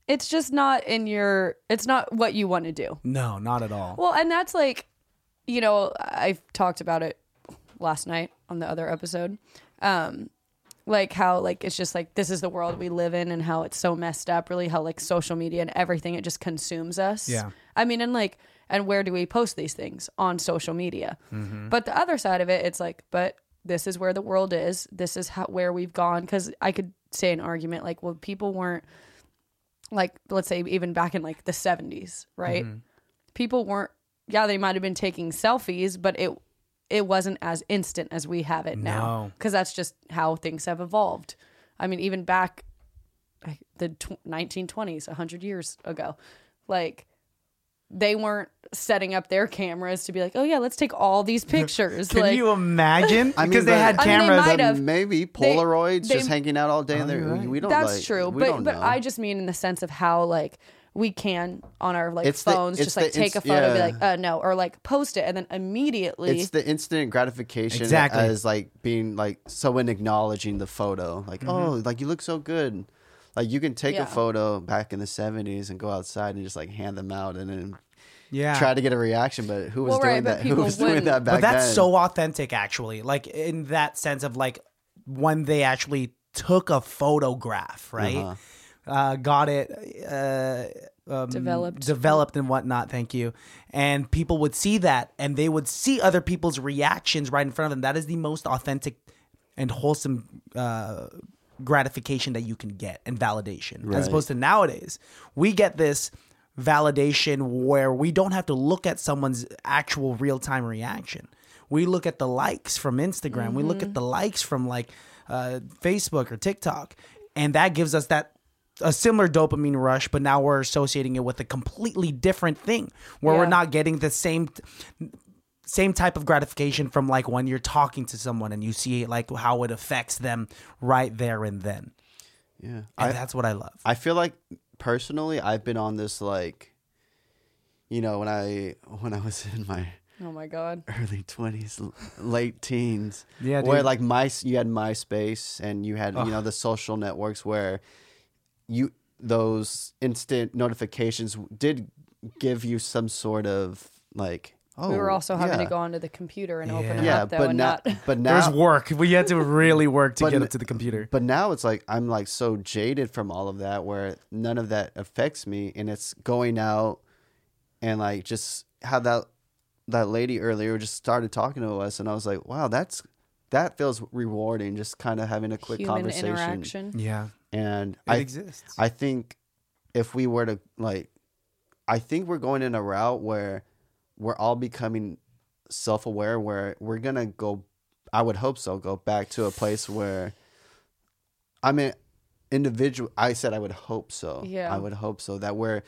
[SPEAKER 3] It's just not in your. It's not what you want to do.
[SPEAKER 1] No, not at all.
[SPEAKER 3] Well, and that's like, you know, I've talked about it last night on the other episode. Um, like how like it's just like this is the world we live in and how it's so messed up really how like social media and everything it just consumes us
[SPEAKER 1] Yeah.
[SPEAKER 3] i mean and like and where do we post these things on social media but the other side of it it's like but this is where the world is this is how where we've gone because i could say an argument like well people weren't like let's say even back in like the 70s right people weren't yeah they might have been taking selfies but it it wasn't as instant as we have it now
[SPEAKER 1] No.
[SPEAKER 3] because that's just how things have evolved i mean even back like, the tw- 1920s 100 years ago like they weren't setting up their cameras to be like oh yeah let's take all these pictures
[SPEAKER 1] Can
[SPEAKER 3] like
[SPEAKER 1] you imagine? Because
[SPEAKER 2] I mean,
[SPEAKER 1] they
[SPEAKER 2] but-
[SPEAKER 1] had
[SPEAKER 3] I mean, they
[SPEAKER 1] cameras.
[SPEAKER 3] might
[SPEAKER 2] But
[SPEAKER 3] have-
[SPEAKER 2] maybe Polaroids
[SPEAKER 3] they- Oh,
[SPEAKER 2] just hanging out all day. and
[SPEAKER 1] you're
[SPEAKER 2] they're
[SPEAKER 1] right.
[SPEAKER 2] We don't.
[SPEAKER 3] that's
[SPEAKER 2] like-
[SPEAKER 3] true
[SPEAKER 2] we
[SPEAKER 3] but
[SPEAKER 2] don't
[SPEAKER 3] but
[SPEAKER 2] know.
[SPEAKER 3] i just mean in the sense of how like we can on our like
[SPEAKER 2] It's the-
[SPEAKER 3] phones
[SPEAKER 2] it's
[SPEAKER 3] just like
[SPEAKER 2] the
[SPEAKER 3] take a
[SPEAKER 2] inst-
[SPEAKER 3] photo and be
[SPEAKER 2] yeah.
[SPEAKER 3] like uh no or like post it and then immediately
[SPEAKER 2] It's the instant gratification
[SPEAKER 1] Exactly.
[SPEAKER 2] as like being like so in acknowledging the photo. Like, oh, like you look so good. Like you can take
[SPEAKER 3] Mm-hmm. Yeah.
[SPEAKER 2] a photo back in the seventies and go outside and just like hand them out and then
[SPEAKER 1] yeah.
[SPEAKER 2] try to get a reaction. But who was
[SPEAKER 3] Well, right,
[SPEAKER 2] doing
[SPEAKER 3] but
[SPEAKER 2] that? Who
[SPEAKER 3] people
[SPEAKER 2] was doing
[SPEAKER 3] wouldn't.
[SPEAKER 2] that back
[SPEAKER 1] but that's
[SPEAKER 2] then?
[SPEAKER 1] so authentic actually like in that sense of like when they actually took a photograph right
[SPEAKER 2] Uh-huh.
[SPEAKER 1] uh got it uh, um,
[SPEAKER 3] Developed.
[SPEAKER 1] developed and whatnot thank you and people would see that and they would see other people's reactions right in front of them that is the most authentic and wholesome uh, gratification that you can get and validation as
[SPEAKER 2] Right.
[SPEAKER 1] opposed to nowadays we get this validation where we don't have to look at someone's actual real-time reaction we look at the likes from instagram we look at the likes from like uh, facebook or tiktok and that gives us that a similar dopamine rush but now we're associating it with a completely different thing where we're
[SPEAKER 3] Yeah.
[SPEAKER 1] not getting the same same type of gratification from like when you're talking to someone and you see like how it affects them right there and then.
[SPEAKER 2] yeah.
[SPEAKER 1] And
[SPEAKER 2] I,
[SPEAKER 1] that's what I love.
[SPEAKER 2] I feel like personally, I've been on this like, you know, when I when I was in my
[SPEAKER 3] oh my god
[SPEAKER 2] early 20s l- late teens
[SPEAKER 1] Yeah,
[SPEAKER 2] where
[SPEAKER 1] dude.
[SPEAKER 2] like my you had myspace and you had you know the social networks where you those instant notifications did give you some sort of like oh
[SPEAKER 3] we were also having
[SPEAKER 2] yeah.
[SPEAKER 3] to go onto the computer and open
[SPEAKER 1] Yeah,
[SPEAKER 3] it
[SPEAKER 2] yeah
[SPEAKER 3] up though
[SPEAKER 2] but
[SPEAKER 3] and
[SPEAKER 2] now
[SPEAKER 3] not
[SPEAKER 2] but
[SPEAKER 1] There's
[SPEAKER 2] now
[SPEAKER 1] work. We had to really work to
[SPEAKER 2] But
[SPEAKER 1] get
[SPEAKER 2] n-
[SPEAKER 1] up to the computer.
[SPEAKER 2] but now it's like i'm like so jaded from all of that where none of that affects me and it's going out and like just how that that lady earlier just started talking to us and i was like wow that's that feels rewarding just kind of having a quick
[SPEAKER 3] human
[SPEAKER 2] conversation
[SPEAKER 3] interaction.
[SPEAKER 1] Yeah.
[SPEAKER 2] and
[SPEAKER 1] It
[SPEAKER 2] i
[SPEAKER 1] exists.
[SPEAKER 2] I think if we were to like, I think we're going in a route where we're all becoming self aware, where we're going to go, I would hope so, go back to a place where I mean, individual, I said I would hope so.
[SPEAKER 3] Yeah.
[SPEAKER 2] I would hope so that we're,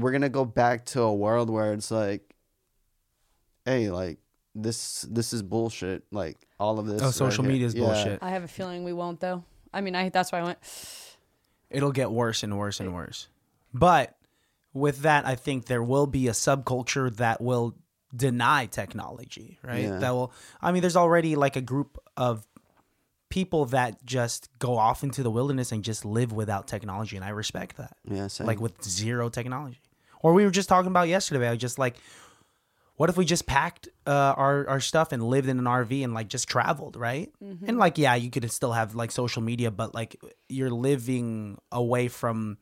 [SPEAKER 2] we're going to go back to a world where it's like, hey, like, this this is bullshit. Like all of this.
[SPEAKER 1] oh, social
[SPEAKER 2] right here.
[SPEAKER 1] media is
[SPEAKER 2] Yeah.
[SPEAKER 1] bullshit.
[SPEAKER 3] I have a feeling we won't though. I mean, I that's why I went.
[SPEAKER 1] It'll get worse and worse and worse. But with that, I think there will be a subculture that will deny technology, right?
[SPEAKER 2] Yeah.
[SPEAKER 1] That will I mean, there's already like a group of people that just go off into the wilderness and just live without technology and I respect that.
[SPEAKER 2] Yeah. Same.
[SPEAKER 1] like with zero technology. Or we were just talking about yesterday. I was just like, what if we just packed uh, our our stuff and lived in an RV and like just traveled, right? And like, yeah, you could still have like social media, but like you're living away from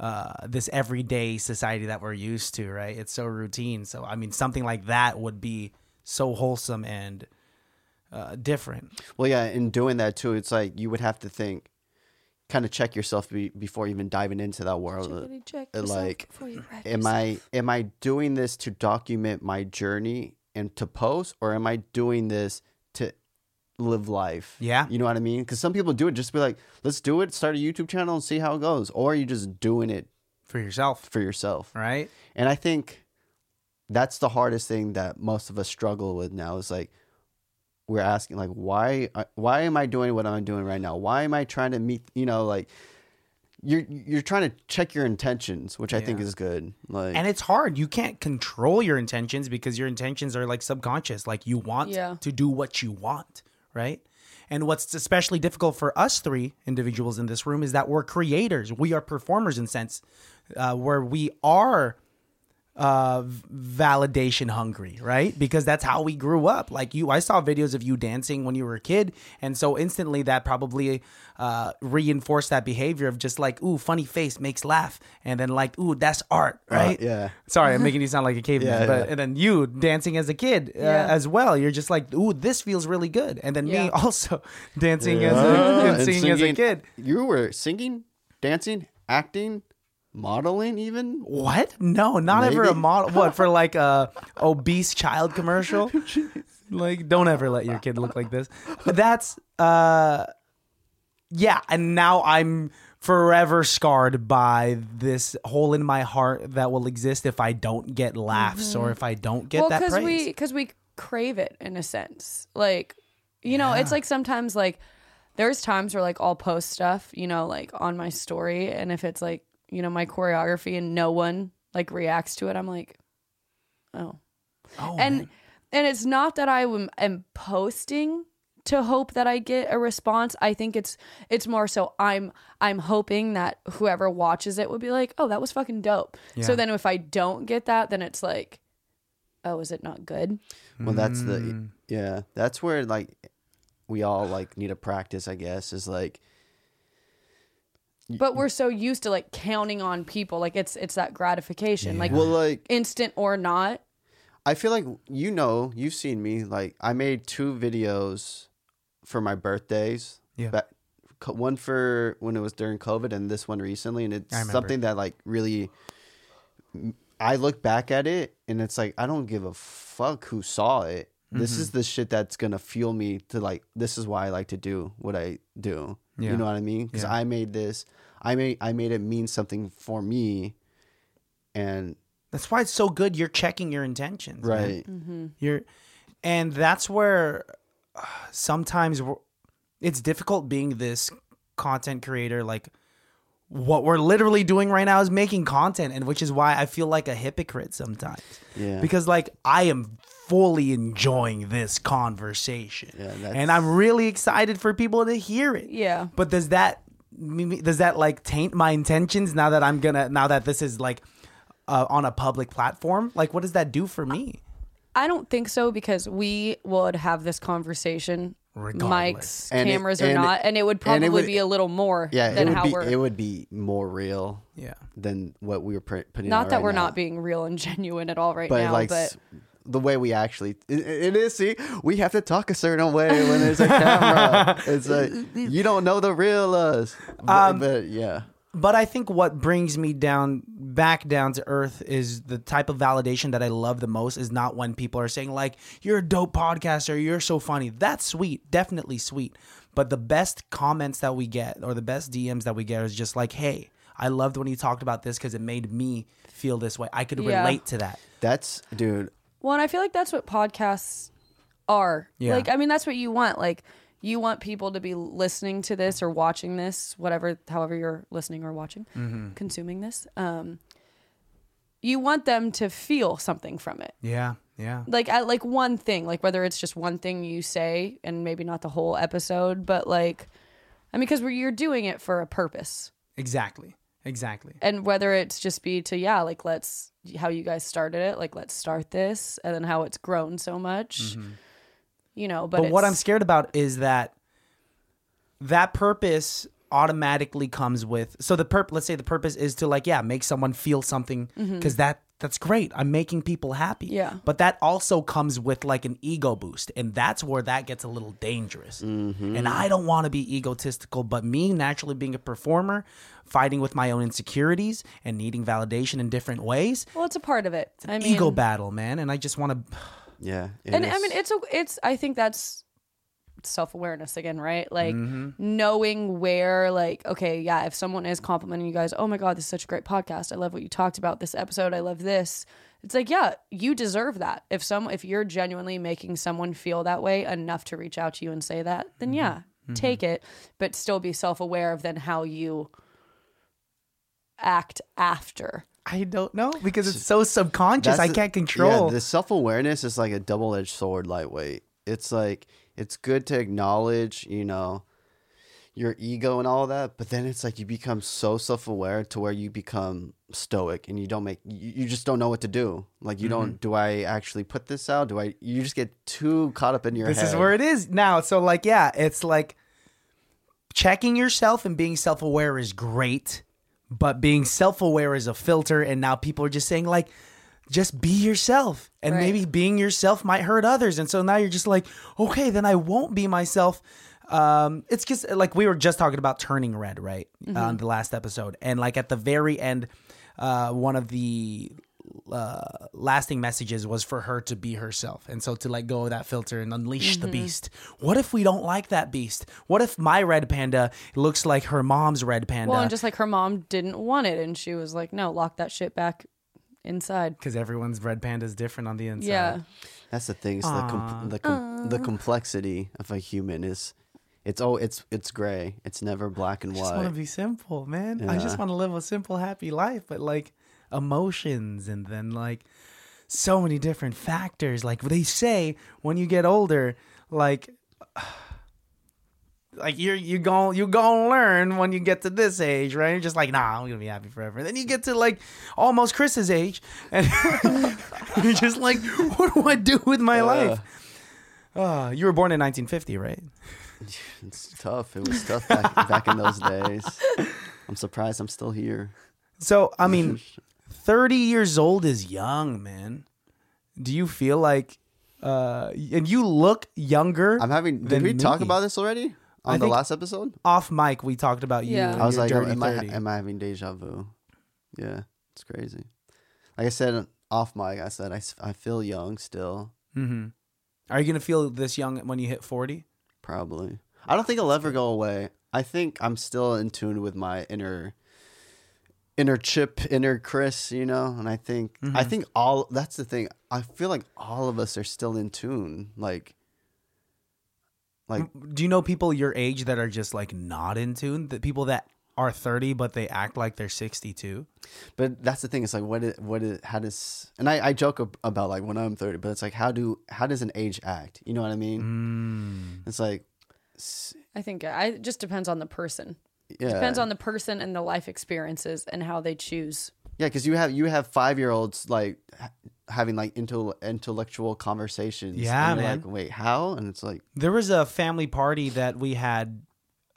[SPEAKER 1] uh, this everyday society that we're used to, right? It's so routine. So I mean, something like that would be so wholesome and uh, different.
[SPEAKER 2] Well, yeah, in doing that too, it's like you would have to think, kind of check yourself be, before even diving into that world.
[SPEAKER 3] Checkity check
[SPEAKER 2] uh,
[SPEAKER 3] yourself
[SPEAKER 2] like,
[SPEAKER 3] before you wreck
[SPEAKER 2] Am
[SPEAKER 3] yourself.
[SPEAKER 2] I am I doing this to document my journey and to post, or am I doing this to live life?
[SPEAKER 1] Yeah.
[SPEAKER 2] you know what I mean. Because some people do it just be like, let's do it, start a YouTube channel and see how it goes, or you just doing it
[SPEAKER 1] for yourself,
[SPEAKER 2] for yourself.
[SPEAKER 1] right?
[SPEAKER 2] And I think that's the hardest thing that most of us struggle with now is like we're asking like why uh, why am I doing what I'm doing right now? Why am I trying to meet, you know, like you're you're trying to check your intentions, which I think
[SPEAKER 1] Yeah.
[SPEAKER 2] is good. Like
[SPEAKER 1] And it's hard. You can't control your intentions because your intentions are like subconscious. Like you want
[SPEAKER 3] Yeah.
[SPEAKER 1] to do what you want, right? And what's especially difficult for us three individuals in this room is that we're creators. We are performers in sense uh, where we are uh v- validation hungry right because that's how we grew up like you i saw videos of you dancing when you were a kid and so instantly that probably uh reinforced that behavior of just like ooh funny face makes laugh and then like ooh that's art right
[SPEAKER 2] Uh, yeah.
[SPEAKER 1] sorry i'm making you sound like a caveman
[SPEAKER 2] Yeah,
[SPEAKER 1] but
[SPEAKER 2] yeah.
[SPEAKER 1] and then you dancing as a kid uh,
[SPEAKER 3] Yeah.
[SPEAKER 1] as well you're just like ooh this feels really good and then me
[SPEAKER 3] Yeah.
[SPEAKER 1] also dancing as
[SPEAKER 2] Ah,
[SPEAKER 1] a and
[SPEAKER 2] and
[SPEAKER 1] singing, as a
[SPEAKER 2] singing.
[SPEAKER 1] kid
[SPEAKER 2] You were singing, dancing, acting, modeling even?
[SPEAKER 1] What? No, not ever a
[SPEAKER 2] Maybe.
[SPEAKER 1] model. What for? Like a obese child commercial? like, don't ever let your kid look like this. But that's uh, yeah. And now I'm forever scarred by this hole in my heart that will exist if I don't get laughs or if I don't get
[SPEAKER 3] well,
[SPEAKER 1] that praise.
[SPEAKER 3] we because we crave it in a sense. Like, you know, it's like sometimes like there's times where like I'll post stuff, you know, like on my story, and if it's like you know my choreography and no one like reacts to it, I'm like, oh,
[SPEAKER 1] oh,
[SPEAKER 3] and
[SPEAKER 1] man.
[SPEAKER 3] and it's not that I am, am posting to hope that I get a response. I think it's it's more so I'm I'm hoping that whoever watches it would be like, "Oh, that was fucking dope."
[SPEAKER 1] Yeah.
[SPEAKER 3] So then if I don't get that, then it's like, "Oh, is it not good?"
[SPEAKER 2] Well, that's
[SPEAKER 1] Hmm.
[SPEAKER 2] the yeah. That's where like we all like need to practice, I guess, is like
[SPEAKER 3] But we're so used to like counting on people. Like it's it's that gratification. Like
[SPEAKER 2] well like
[SPEAKER 3] instant or not.
[SPEAKER 2] I feel like you know, you've seen me. Like I made two videos for my birthdays.
[SPEAKER 1] Yeah.
[SPEAKER 2] Back, co- one for when it was during COVID, and this one recently. And
[SPEAKER 1] I remember.
[SPEAKER 2] it's something that like really, I look back at it, and it's like I don't give a fuck who saw it. This
[SPEAKER 1] Mm-hmm.
[SPEAKER 2] is the shit that's gonna fuel me to like. This is why I like to do what I do.
[SPEAKER 1] Yeah.
[SPEAKER 2] You know what I mean? Because
[SPEAKER 1] Yeah.
[SPEAKER 2] I made this. I made I made it mean something for me, and
[SPEAKER 1] that's why it's so good. You're checking your intentions, man.
[SPEAKER 2] right.
[SPEAKER 1] You're, and that's where uh, sometimes we're, it's difficult being this content creator. Like what we're literally doing right now is making content, and which is why I feel like a hypocrite sometimes.
[SPEAKER 2] Yeah.
[SPEAKER 1] Because like I am fully enjoying this conversation,
[SPEAKER 2] Yeah, that's-
[SPEAKER 1] and I'm really excited for people to hear it.
[SPEAKER 3] Yeah.
[SPEAKER 1] But does that does that like taint my intentions now that I'm gonna now that this is like uh, on a public platform? Like, what does that do for me?
[SPEAKER 3] I don't think so because we would have this conversation
[SPEAKER 1] Regardless.
[SPEAKER 3] mics,
[SPEAKER 2] And it-
[SPEAKER 3] cameras or
[SPEAKER 2] and-
[SPEAKER 3] not, and it would
[SPEAKER 2] and
[SPEAKER 3] probably
[SPEAKER 2] it would-
[SPEAKER 3] be a little more
[SPEAKER 2] Yeah,
[SPEAKER 3] than
[SPEAKER 2] it would
[SPEAKER 3] how
[SPEAKER 2] be
[SPEAKER 3] we're
[SPEAKER 2] it would be more real
[SPEAKER 1] Yeah.
[SPEAKER 2] than what we were pr- putting.
[SPEAKER 3] not
[SPEAKER 2] out
[SPEAKER 3] that
[SPEAKER 2] right
[SPEAKER 3] we're
[SPEAKER 2] now.
[SPEAKER 3] not being real and genuine at all right
[SPEAKER 2] but
[SPEAKER 3] now
[SPEAKER 2] like
[SPEAKER 3] but
[SPEAKER 2] s- the way we actually it, it is. See, we have to talk a certain way when there's a camera. it's like you don't know the real us. But, but yeah,
[SPEAKER 1] But I think what brings me down back down to earth is the type of validation that I love the most is not when people are saying like you're a dope podcaster, you're so funny. That's sweet, definitely sweet. But the best comments that we get or the best DMs that we get is just like, "Hey, I loved when you talked about this cuz it made me feel this way. I could
[SPEAKER 3] Yeah.
[SPEAKER 1] relate to that."
[SPEAKER 2] that's dude.
[SPEAKER 3] well and i feel like that's what podcasts are
[SPEAKER 1] Yeah.
[SPEAKER 3] like i mean that's what you want like you want people to be listening to this or watching this whatever however you're listening or watching
[SPEAKER 1] Mm-hmm.
[SPEAKER 3] consuming this um you want them to feel something from it
[SPEAKER 1] Yeah. Yeah.
[SPEAKER 3] like at like one thing like whether it's just one thing you say and maybe not the whole episode but like i mean because you're doing it for a purpose
[SPEAKER 1] Exactly. Exactly.
[SPEAKER 3] and whether it's just be to yeah like let's how you guys started it like let's start this and then how it's grown so much you know but,
[SPEAKER 1] Mm-hmm. But what I'm
[SPEAKER 3] it's-
[SPEAKER 1] scared about is that that purpose automatically comes with so the purp let's say the purpose is to like yeah make someone feel something because that that's great i'm making people happy
[SPEAKER 3] Mm-hmm. Yeah.
[SPEAKER 1] but that also comes with like an ego boost and that's where that gets a little dangerous
[SPEAKER 3] Mm-hmm.
[SPEAKER 1] and i don't want to be egotistical but me naturally being a performer fighting with my own insecurities and needing validation in different ways
[SPEAKER 3] Well, it's a part of it. I mean,
[SPEAKER 1] ego battle man and i just want to
[SPEAKER 2] Yeah. it
[SPEAKER 3] and I
[SPEAKER 2] is.
[SPEAKER 3] mean, it's a, it's. I think that's self awareness again, right? Like knowing where, like, okay, yeah, if someone is complimenting you guys, oh my god, this is such a great podcast. I love what you talked about this episode. I love this. It's like, yeah, you deserve that. If some, if you're genuinely making someone feel that way enough to reach out to you and say that, then yeah, take it. But still be self aware of then how you act after.
[SPEAKER 1] i don't know because it's so subconscious
[SPEAKER 2] That's
[SPEAKER 1] i
[SPEAKER 2] the-
[SPEAKER 1] can't control
[SPEAKER 2] Yeah, the self awareness is like a double edged sword, lightweight. It's like it's good to acknowledge, you know, your ego and all that, but then it's like you become so self aware to where you become stoic and you don't make you, you just don't know what to do. Like you
[SPEAKER 1] Mm-hmm.
[SPEAKER 2] don't do I actually put this out? Do I you just get too caught up in your
[SPEAKER 1] this
[SPEAKER 2] head.
[SPEAKER 1] is where it is now so like yeah it's like checking yourself and being self-aware is great but being self-aware is a filter and now people are just saying like just be yourself and
[SPEAKER 3] Right.
[SPEAKER 1] maybe being yourself might hurt others and so now you're just like okay then i won't be myself um it's just like we were just talking about turning red right
[SPEAKER 2] Mm-hmm.
[SPEAKER 1] on the last episode and like at the very end uh one of the uh, lasting messages was for her to be herself and so to let go of that filter and unleash
[SPEAKER 3] Mm-hmm.
[SPEAKER 1] the beast what if we don't like that beast what if my red panda looks like her mom's red panda
[SPEAKER 3] Well, and just like her mom didn't want it, and she was like, "No, lock that shit back inside."
[SPEAKER 1] because everyone's red panda is different on the inside
[SPEAKER 3] yeah,
[SPEAKER 2] That's the thing. It's the com- the com- the complexity of a human is it's oh it's it's gray. It's never black and
[SPEAKER 1] I just want
[SPEAKER 2] white.
[SPEAKER 1] to be simple, man. I just want to live a simple, happy life, but like emotions and then like so many different factors. Like they say when you get older, like like you're you gon' you gonna learn when you get to this age, right? You're just like, nah, I'm gonna be happy forever. And then you get to like almost Chris's age, and you're just like, what do I do with my life? Uh, you were born in 1950, right?
[SPEAKER 2] It's tough. It was tough back, back in those days. I'm surprised I'm still here.
[SPEAKER 1] So I mean, thirty years old is young, man. Do you feel like, uh, and you look younger?
[SPEAKER 2] I'm having. Did
[SPEAKER 1] than
[SPEAKER 2] we talk
[SPEAKER 1] me.
[SPEAKER 2] about this already on
[SPEAKER 1] I
[SPEAKER 2] the
[SPEAKER 1] think-
[SPEAKER 2] last episode?
[SPEAKER 1] off mic? We talked about you.
[SPEAKER 3] Yeah.
[SPEAKER 1] and
[SPEAKER 2] I was
[SPEAKER 1] your
[SPEAKER 2] like,
[SPEAKER 1] dirty
[SPEAKER 2] am I,
[SPEAKER 1] 30.
[SPEAKER 2] am I having deja vu? Yeah, it's crazy. Like I said off mic, I said I, s- I feel young still.
[SPEAKER 1] Mm-hmm. Are you gonna feel this young when you hit forty?
[SPEAKER 2] Probably. I don't think it'll ever go away. I think I'm still in tune with my inner inner chip, inner Chris, you know, and I think I think all that's the thing. I feel like all of us are still in tune. Like like
[SPEAKER 1] Do you know people your age that are just like not in tune? The people that are thirty but they act like they're sixty-two.
[SPEAKER 2] but that's the thing it's like what is, what is how does and I, I joke ab- about like when i'm 30 but it's like how do how does an age act you know what i mean it's like s-
[SPEAKER 3] I think uh, I it just depends on the person.
[SPEAKER 2] yeah
[SPEAKER 3] Depends on the person and the life experiences and how they choose.
[SPEAKER 2] yeah because you have you have five year olds like ha- having like intel- intellectual conversations and
[SPEAKER 1] Yeah,
[SPEAKER 2] you're
[SPEAKER 1] man.
[SPEAKER 2] like wait how and it's like
[SPEAKER 1] There was a family party that we had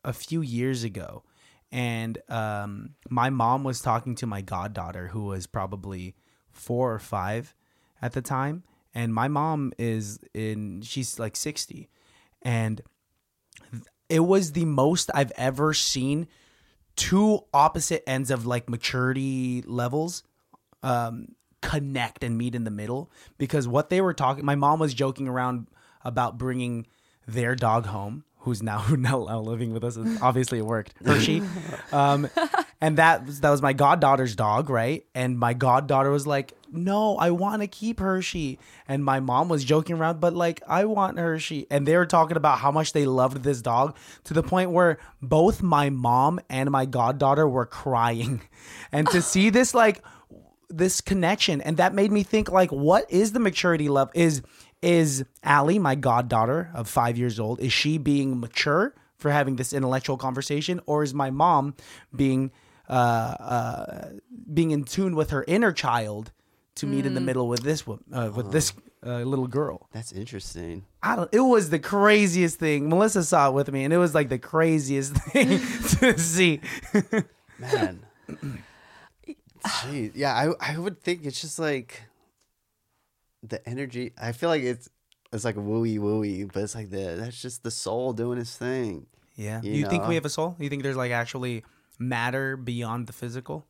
[SPEAKER 1] a few years ago, and um, my mom was talking to my goddaughter, who was probably four or five at the time, and my mom is in she's like sixty, and it was the most I've ever seen two opposite ends of like maturity levels um, connect and meet in the middle because what they were talking my mom was joking around about bringing their dog home who's now who now living with us obviously it worked hershey um, and that was that was my goddaughter's dog right and my goddaughter was like no i want to keep hershey and my mom was joking around but like i want hershey and they were talking about how much they loved this dog to the point where both my mom and my goddaughter were crying and to see this like this connection and that made me think like what is the maturity level is is Allie my goddaughter of 5 years old is she being mature for having this intellectual conversation or is my mom being uh uh being in tune with her inner child to meet in the middle with this wo- uh, with this uh, little girl.
[SPEAKER 2] That's interesting.
[SPEAKER 1] I don't, it was the craziest thing. Melissa saw it with me, and it was like the craziest thing to see.
[SPEAKER 2] Man. Jeez. Yeah, I I would think it's just like the energy. I feel like it's it's like wooey wooey, but it's like the that's just the soul doing its thing.
[SPEAKER 1] Yeah. You,
[SPEAKER 2] You
[SPEAKER 1] think
[SPEAKER 2] know.
[SPEAKER 1] we have a soul? You think there's like actually matter beyond the physical?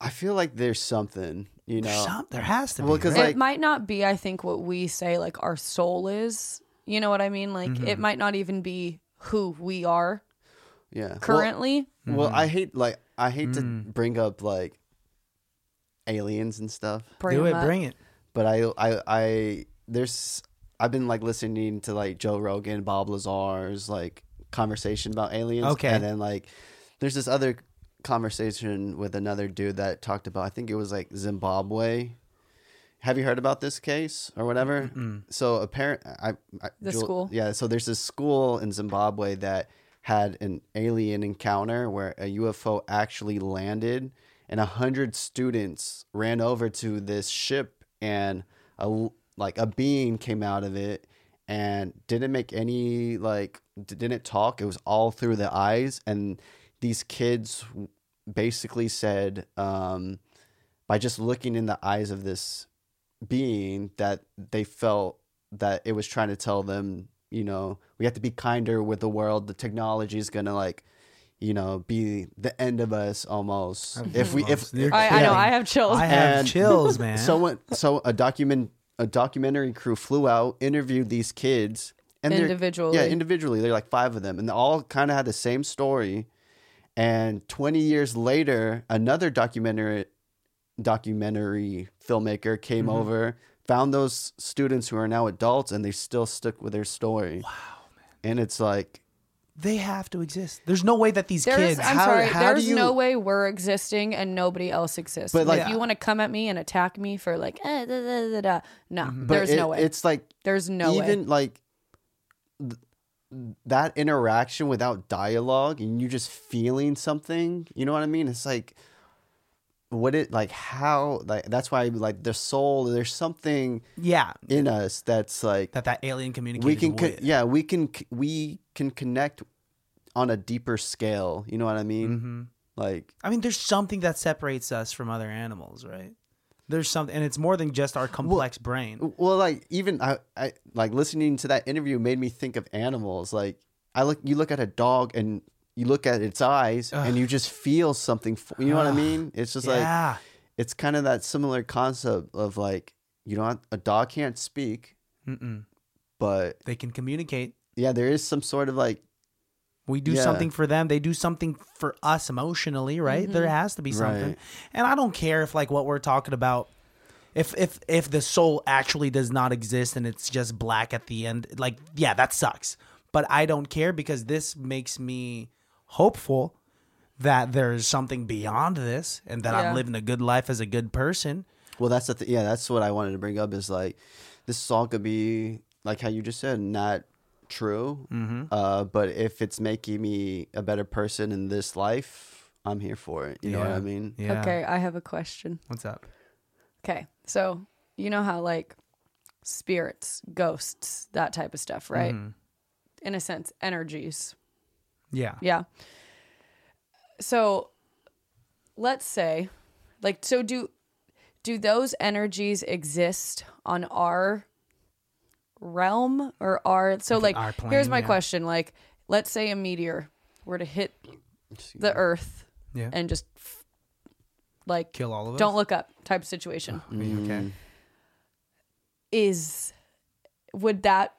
[SPEAKER 2] I feel like there's something, you know.
[SPEAKER 1] There's some, there has to
[SPEAKER 2] Well,
[SPEAKER 1] be.
[SPEAKER 2] 'cause,
[SPEAKER 1] right?
[SPEAKER 2] like-
[SPEAKER 3] it might not be i think what we say like our soul is you know what i mean like it
[SPEAKER 2] Mm-hmm.
[SPEAKER 3] might not even be who we are
[SPEAKER 2] yeah. Well,
[SPEAKER 3] currently
[SPEAKER 2] well,
[SPEAKER 1] Mm-hmm.
[SPEAKER 2] I hate like I hate to
[SPEAKER 1] Mm.
[SPEAKER 2] bring up like aliens and stuff,
[SPEAKER 3] bring
[SPEAKER 1] do
[SPEAKER 3] 'em
[SPEAKER 1] it,
[SPEAKER 3] up.
[SPEAKER 1] bring it.
[SPEAKER 2] but I I I there's I've been like listening to like Joe Rogan, Bob Lazar's like conversation about aliens.
[SPEAKER 1] Okay.
[SPEAKER 2] And then like there's this other conversation with another dude that talked about I think it was like Zimbabwe. Have you heard about this case or whatever? So apparent I, I
[SPEAKER 3] The
[SPEAKER 2] Jewel-
[SPEAKER 3] school?
[SPEAKER 2] Yeah, so there's this school in Zimbabwe that had an alien encounter where a UFO actually landed and a hundred students ran over to this ship and a l- like a being came out of it and didn't make any like d- didn't talk. It was all through the eyes and these kids w- basically said um, by just looking in the eyes of this being that they felt that it was trying to tell them, you know, we have to be kinder with the world. The technology is gonna like, you know, be the end of us almost. if we if
[SPEAKER 1] You're
[SPEAKER 3] I, I know
[SPEAKER 1] kidding.
[SPEAKER 3] i have chills
[SPEAKER 1] I have
[SPEAKER 2] And-
[SPEAKER 1] chills, man.
[SPEAKER 2] someone so a document a documentary crew flew out, interviewed these kids and they're-
[SPEAKER 3] Individually.
[SPEAKER 2] Yeah, individually. They're like five of them and they all kind of had the same story. And 20 years later, another documentary documentary filmmaker came
[SPEAKER 1] Mm-hmm.
[SPEAKER 2] over, found those students who are now adults and they still stuck with their story. Wow, man. And it's like
[SPEAKER 1] they have to exist. There's no way that these
[SPEAKER 3] there's,
[SPEAKER 1] kids.
[SPEAKER 3] I'm
[SPEAKER 2] how-
[SPEAKER 3] sorry.
[SPEAKER 2] how do
[SPEAKER 3] there's
[SPEAKER 2] you-
[SPEAKER 3] no way we're existing and nobody else exists.
[SPEAKER 2] But,
[SPEAKER 3] But
[SPEAKER 2] like-
[SPEAKER 3] if you want to come at me and attack me for like, eh, da, da, da, da, no,
[SPEAKER 2] Mm-hmm. but
[SPEAKER 3] there's no
[SPEAKER 2] it-
[SPEAKER 3] way.
[SPEAKER 2] It's like
[SPEAKER 3] There's no
[SPEAKER 2] even
[SPEAKER 3] way.
[SPEAKER 2] like th- that interaction without dialogue and you just feeling something you know what i mean it's like what it like how like that's why like the soul there's something
[SPEAKER 1] yeah,
[SPEAKER 2] in us that's like
[SPEAKER 1] that that alien communicated
[SPEAKER 2] we can con-
[SPEAKER 1] with.
[SPEAKER 2] yeah we can c- we can connect on a deeper scale you know what i mean like
[SPEAKER 1] Mm-hmm. I mean, there's something that separates us from other animals, right? There's something, and it's more than just our complex brain.
[SPEAKER 2] well like even I, I like listening to that interview made me think of animals like i look you look at a dog and you look at its eyes and you just feel something f- you know what i mean it's just like
[SPEAKER 1] yeah,
[SPEAKER 2] it's kind of that similar concept of like you know a dog can't speak
[SPEAKER 1] Mm-mm.
[SPEAKER 2] but
[SPEAKER 1] they can communicate.
[SPEAKER 2] yeah there is some sort of like
[SPEAKER 1] We do
[SPEAKER 2] Yeah.
[SPEAKER 1] something for them. They do something for us emotionally, right? There
[SPEAKER 3] Mm-hmm.
[SPEAKER 1] has to be something.
[SPEAKER 2] Right.
[SPEAKER 1] And I don't care if like what we're talking about if if if the soul actually does not exist and it's just black at the end, like yeah, that sucks. But I don't care because this makes me hopeful that there's something beyond this and that
[SPEAKER 3] Yeah.
[SPEAKER 1] I'm living a good life as a good person.
[SPEAKER 2] well that's the th- yeah that's what i wanted to bring up is like this song could be like how you just said not true
[SPEAKER 1] Mm-hmm.
[SPEAKER 2] uh, but if it's making me a better person in this life i'm here for it you know what
[SPEAKER 1] Yeah.
[SPEAKER 2] i mean
[SPEAKER 1] Yeah.
[SPEAKER 3] Okay, I have a question.
[SPEAKER 1] What's up?
[SPEAKER 3] Okay, so you know how like spirits, ghosts, that type of stuff, right?
[SPEAKER 1] Mm-hmm.
[SPEAKER 3] In a sense, energies.
[SPEAKER 1] Yeah.
[SPEAKER 3] Yeah. So let's say like so do do those energies exist on our realm or are so like,
[SPEAKER 1] our
[SPEAKER 3] here's
[SPEAKER 1] plane,
[SPEAKER 3] my
[SPEAKER 1] yeah.
[SPEAKER 3] question like let's say a meteor were to hit the earth
[SPEAKER 1] Yeah.
[SPEAKER 3] and just f- like
[SPEAKER 1] Kill all of us.
[SPEAKER 3] don't look up type situation
[SPEAKER 2] Mm.
[SPEAKER 1] Okay.
[SPEAKER 3] is would that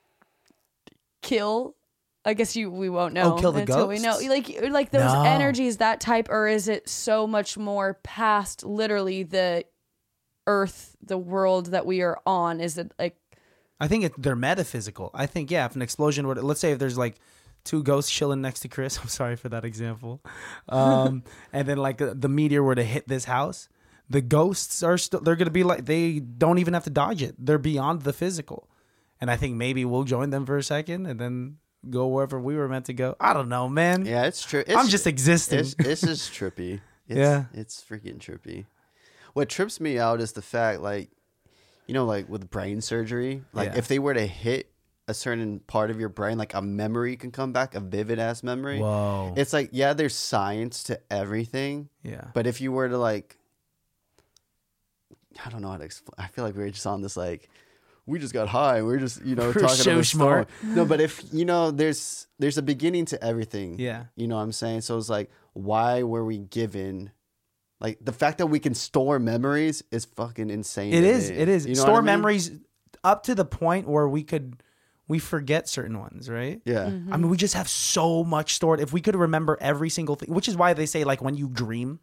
[SPEAKER 3] kill I guess you we won't know
[SPEAKER 1] Oh, kill the
[SPEAKER 3] until we know
[SPEAKER 1] ghosts?
[SPEAKER 3] like like those
[SPEAKER 1] No.
[SPEAKER 3] energies that type or is it so much more past literally the earth the world that we are on is it like
[SPEAKER 1] I think it, they're metaphysical. I think yeah, if an explosion were, to, let's say if there's like two ghosts chilling next to Chris, I'm sorry for that example, um, and then like the, the meteor were to hit this house, the ghosts are still they're gonna be like they don't even have to dodge it. They're beyond the physical, and I think maybe we'll join them for a second and then go wherever we were meant to go. I don't know, man.
[SPEAKER 2] yeah it's true
[SPEAKER 1] I'm just existing.
[SPEAKER 2] it's, it's just trippy it's,
[SPEAKER 1] Yeah.
[SPEAKER 2] it's freaking trippy What trips me out is the fact, like, you know, like with brain surgery, like
[SPEAKER 1] Yeah.
[SPEAKER 2] if they were to hit a certain part of your brain, like a memory can come back, a vivid ass memory.
[SPEAKER 1] Whoa.
[SPEAKER 2] It's like, yeah, there's science to everything,
[SPEAKER 1] yeah.
[SPEAKER 2] but if you were to like, I don't know how to explain. I feel like we were just on this like, we just got high. and We are just you know
[SPEAKER 1] We're
[SPEAKER 2] talking about
[SPEAKER 1] so
[SPEAKER 2] this
[SPEAKER 1] smart.
[SPEAKER 2] song. No, but if you know, there's there's a beginning to everything.
[SPEAKER 1] Yeah.
[SPEAKER 2] you know what I'm saying. So it's like, why were we given? Like the fact that we can store memories is fucking insane.
[SPEAKER 1] It
[SPEAKER 2] to
[SPEAKER 1] is.
[SPEAKER 2] me.
[SPEAKER 1] It is.
[SPEAKER 2] You know what
[SPEAKER 1] Store
[SPEAKER 2] I mean?
[SPEAKER 1] memories up to the point where we could we forget certain ones, right?
[SPEAKER 2] Yeah.
[SPEAKER 1] I mean, we just have so much stored. If we could remember every single thing, which is why they say like when you dream,